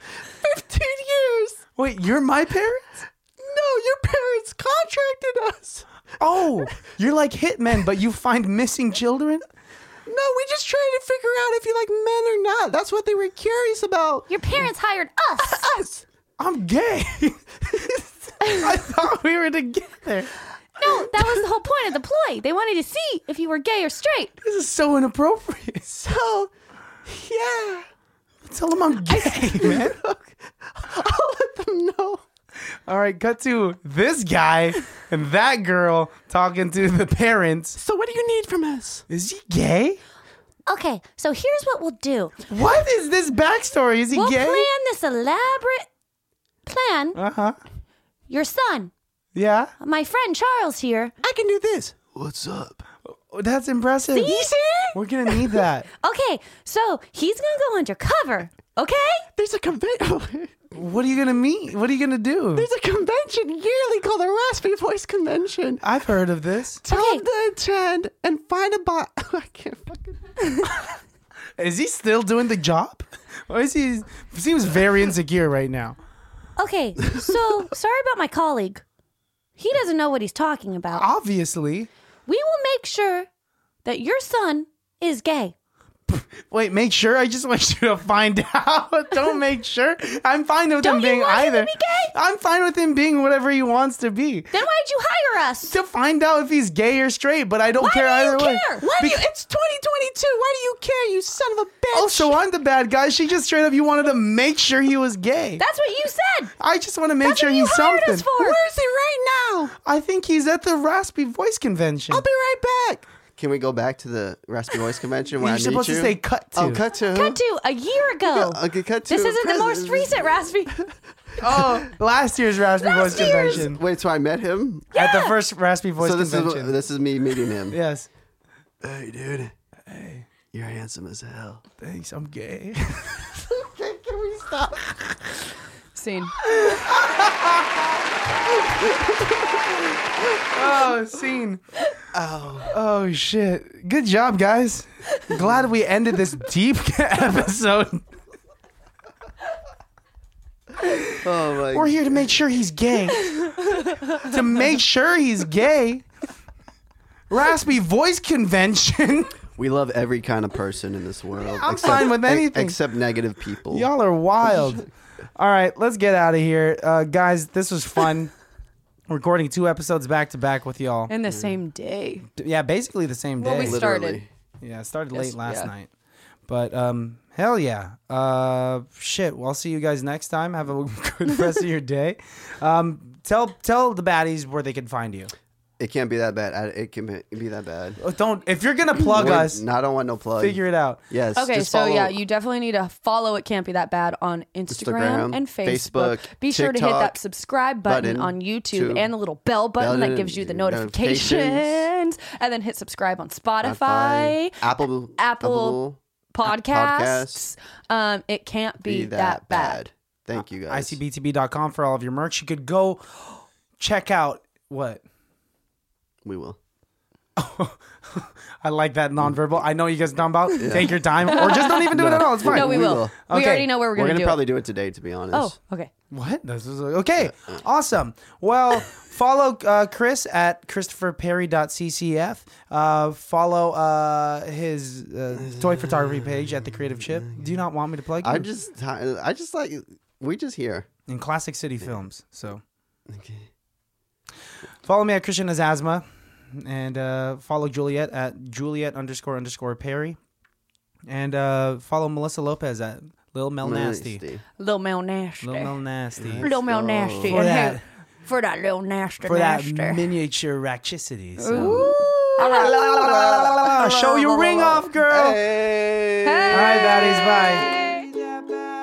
[SPEAKER 4] 15 years.
[SPEAKER 1] Wait, you're my parents?
[SPEAKER 4] No, your parents contracted us.
[SPEAKER 1] Oh, you're like hitmen, but you find missing children?
[SPEAKER 4] No, we just tried to figure out if you like men or not. That's what they were curious about. Your parents hired us. us.
[SPEAKER 1] I'm gay. I thought we were together.
[SPEAKER 4] No, that was the whole point of the ploy. They wanted to see if you were gay or straight.
[SPEAKER 1] This is so inappropriate. So, yeah. Tell them I'm gay, man. I'll let them know. All right, cut to this guy and that girl talking to the parents.
[SPEAKER 2] So what do you need from us?
[SPEAKER 1] Is he gay?
[SPEAKER 4] Okay, so here's what we'll do.
[SPEAKER 1] What is this backstory? Is he
[SPEAKER 4] We'll
[SPEAKER 1] gay?
[SPEAKER 4] plan this elaborate plan.
[SPEAKER 1] Uh huh.
[SPEAKER 4] Your son,
[SPEAKER 1] Yeah.
[SPEAKER 4] my friend Charles here.
[SPEAKER 2] I can do this. What's up?
[SPEAKER 1] Oh, that's impressive. We're gonna need that.
[SPEAKER 4] Okay, so he's gonna go undercover. Okay?
[SPEAKER 2] There's a convention.
[SPEAKER 1] what are you gonna meet? What are you gonna do?
[SPEAKER 2] There's a convention yearly called the Raspy Voice Convention.
[SPEAKER 1] I've heard of this.
[SPEAKER 2] Tell
[SPEAKER 4] Okay.
[SPEAKER 2] them to attend and find a bot. I can't fucking.
[SPEAKER 1] Is he still doing the job? Or is he seems very insecure right now?
[SPEAKER 4] Okay, so sorry about my colleague. He doesn't know what he's talking
[SPEAKER 1] Uh,
[SPEAKER 4] about.
[SPEAKER 1] Obviously.
[SPEAKER 4] We will make sure that your son is gay.
[SPEAKER 1] Wait, make sure. I just want you to find out. Don't make sure. I'm fine with
[SPEAKER 5] Don't
[SPEAKER 1] him
[SPEAKER 5] you
[SPEAKER 1] being
[SPEAKER 5] want him to
[SPEAKER 1] either.
[SPEAKER 5] be gay?
[SPEAKER 1] I'm fine with him being whatever he wants to be.
[SPEAKER 5] Then why'd you hire us?
[SPEAKER 1] To find out if he's gay or straight, but I don't
[SPEAKER 5] Why
[SPEAKER 1] care
[SPEAKER 5] do you
[SPEAKER 1] either way.
[SPEAKER 5] care?
[SPEAKER 4] Why do
[SPEAKER 1] Be-
[SPEAKER 4] you? It's 2022. Why do you care, you son of a bitch?
[SPEAKER 1] Oh, so I'm the bad guy. She just straight up you wanted to make sure he was gay.
[SPEAKER 5] That's what you said.
[SPEAKER 1] I just want to make
[SPEAKER 5] That's
[SPEAKER 1] sure
[SPEAKER 5] what you
[SPEAKER 1] he's
[SPEAKER 5] hired
[SPEAKER 1] Oh, something.
[SPEAKER 5] us for.
[SPEAKER 4] Where's he right now?
[SPEAKER 1] I think he's at the Raspy Voice Convention.
[SPEAKER 4] I'll be right back.
[SPEAKER 2] Can we go back to the Raspy Voice convention where
[SPEAKER 1] You're
[SPEAKER 2] I meet
[SPEAKER 1] supposed to
[SPEAKER 2] you?
[SPEAKER 1] say cut to.
[SPEAKER 2] Oh, cut to.
[SPEAKER 5] Cut to a year ago.
[SPEAKER 2] Yeah, okay, cut to
[SPEAKER 5] This isn't the most
[SPEAKER 2] present.
[SPEAKER 5] recent Raspy.
[SPEAKER 1] Oh, last year's Raspy
[SPEAKER 5] Last
[SPEAKER 1] Voice
[SPEAKER 5] year's.
[SPEAKER 1] Convention.
[SPEAKER 2] Wait, so I met him.
[SPEAKER 1] At the
[SPEAKER 5] Yeah.
[SPEAKER 1] first Raspy Voice
[SPEAKER 2] so this
[SPEAKER 1] Convention.
[SPEAKER 2] is this is me meeting him.
[SPEAKER 1] yes.
[SPEAKER 2] Hey, dude. Hey, you're handsome as hell.
[SPEAKER 1] Thanks, I'm gay.
[SPEAKER 3] Scene.
[SPEAKER 1] oh, scene. Oh. Oh shit. Good job, guys. Glad we ended this deep episode.
[SPEAKER 2] Oh my.
[SPEAKER 1] We're here to make sure he's gay. to make sure he's gay. Raspy Voice Convention.
[SPEAKER 2] We love every kind of person in this world.
[SPEAKER 1] I'm fine with
[SPEAKER 2] e-
[SPEAKER 1] anything.
[SPEAKER 2] except negative people.
[SPEAKER 1] Y'all are wild. All right, let's get out of here. Uh, guys, this was fun. Recording two episodes back to back with y'all.
[SPEAKER 3] In the same day.
[SPEAKER 1] yeah, basically the same day.
[SPEAKER 3] Well, we started.
[SPEAKER 2] Literally.
[SPEAKER 1] Yeah, it started
[SPEAKER 3] Yes,
[SPEAKER 1] late last
[SPEAKER 3] yeah.
[SPEAKER 1] night. But um, hell yeah. Uh, shit. Well, I'll see you guys next time. Have a good rest of your day. Um, tell tell the baddies where they can find you.
[SPEAKER 2] It can't be that bad. I- It can be- be that bad.
[SPEAKER 1] Oh, don't if you're gonna plug
[SPEAKER 2] We're-
[SPEAKER 1] us,
[SPEAKER 2] No, I don't want no plug.
[SPEAKER 1] Oh, figure it out.
[SPEAKER 2] Yes.
[SPEAKER 3] Okay,
[SPEAKER 2] just
[SPEAKER 3] so
[SPEAKER 2] follow-
[SPEAKER 3] yeah, you definitely need to follow It Can't Be That Bad on Instagram,
[SPEAKER 2] Instagram,
[SPEAKER 3] and Facebook.
[SPEAKER 2] Facebook,
[SPEAKER 3] Be sure to hit
[SPEAKER 2] TikTok
[SPEAKER 3] that subscribe button,
[SPEAKER 2] button,
[SPEAKER 3] on YouTube
[SPEAKER 2] to-
[SPEAKER 3] and the little bell button
[SPEAKER 2] bell
[SPEAKER 3] that gives you the
[SPEAKER 2] notifications.
[SPEAKER 3] notifications. And then hit subscribe on Spotify,
[SPEAKER 2] Spotify, Apple.
[SPEAKER 3] Apple
[SPEAKER 2] Podcasts.
[SPEAKER 3] podcasts. Um, it can't be, that, bad.
[SPEAKER 2] Thank you guys.
[SPEAKER 1] ICBTB.com for all of your merch. You could go check out what
[SPEAKER 2] We will.
[SPEAKER 1] I like that nonverbal. I know you guys are talking about. Take your time, or just don't even do it at all. It's fine.
[SPEAKER 3] No, we, will.
[SPEAKER 2] will.
[SPEAKER 3] We
[SPEAKER 1] Okay.
[SPEAKER 3] already know where we're,
[SPEAKER 2] We're
[SPEAKER 3] gonna,
[SPEAKER 2] gonna
[SPEAKER 3] do.
[SPEAKER 2] probably do it today, to be honest.
[SPEAKER 3] it. Oh, okay.
[SPEAKER 1] What? This is okay. Awesome. Well, follow uh, Chris at christopherperry.ccf. Uh, follow uh, his uh, toy photography page at the Creative Chip. Do you not want me to plug?
[SPEAKER 2] I
[SPEAKER 1] you?
[SPEAKER 2] just, I just like, we just here.
[SPEAKER 1] in Classic City Films. So follow me at Christian has asthma, and uh, follow Juliet at Juliet underscore underscore Perry, and uh, follow Melissa Lopez at Lil Mel Nasty.
[SPEAKER 3] Little Mel Nasty.
[SPEAKER 1] Lil Mel Nasty.
[SPEAKER 3] Little Mel Nasty.
[SPEAKER 1] For
[SPEAKER 3] And
[SPEAKER 1] that-
[SPEAKER 3] hey, for that little nasty
[SPEAKER 1] for that
[SPEAKER 3] nasty.
[SPEAKER 1] miniature rachicity.
[SPEAKER 3] Ooh.
[SPEAKER 1] Show your ring off, girl.
[SPEAKER 2] Hey.
[SPEAKER 1] All right, baddies, bye.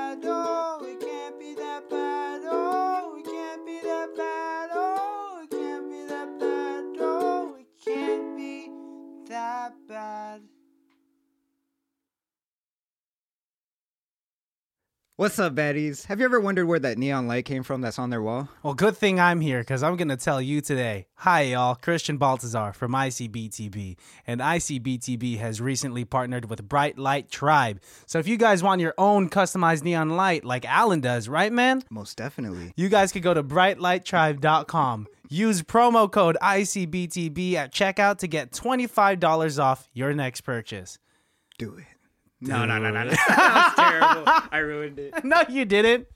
[SPEAKER 6] What's up, baddies? Have you ever wondered where that neon light came from that's on their wall?
[SPEAKER 1] Well, good thing I'm here because I'm going to tell you today. Hi, y'all. Christian Baltazar from ICBTB. And ICBTB has recently partnered with Bright Light Tribe. So if you guys want your own customized neon light like Alan does, right, man?
[SPEAKER 6] Most definitely.
[SPEAKER 1] You guys could go to brightlighttribe.com. Use promo code ICBTB at checkout to get $25 off your next purchase.
[SPEAKER 6] Do it. No, no, no, no. no. that was terrible. I ruined it.
[SPEAKER 1] No, you didn't.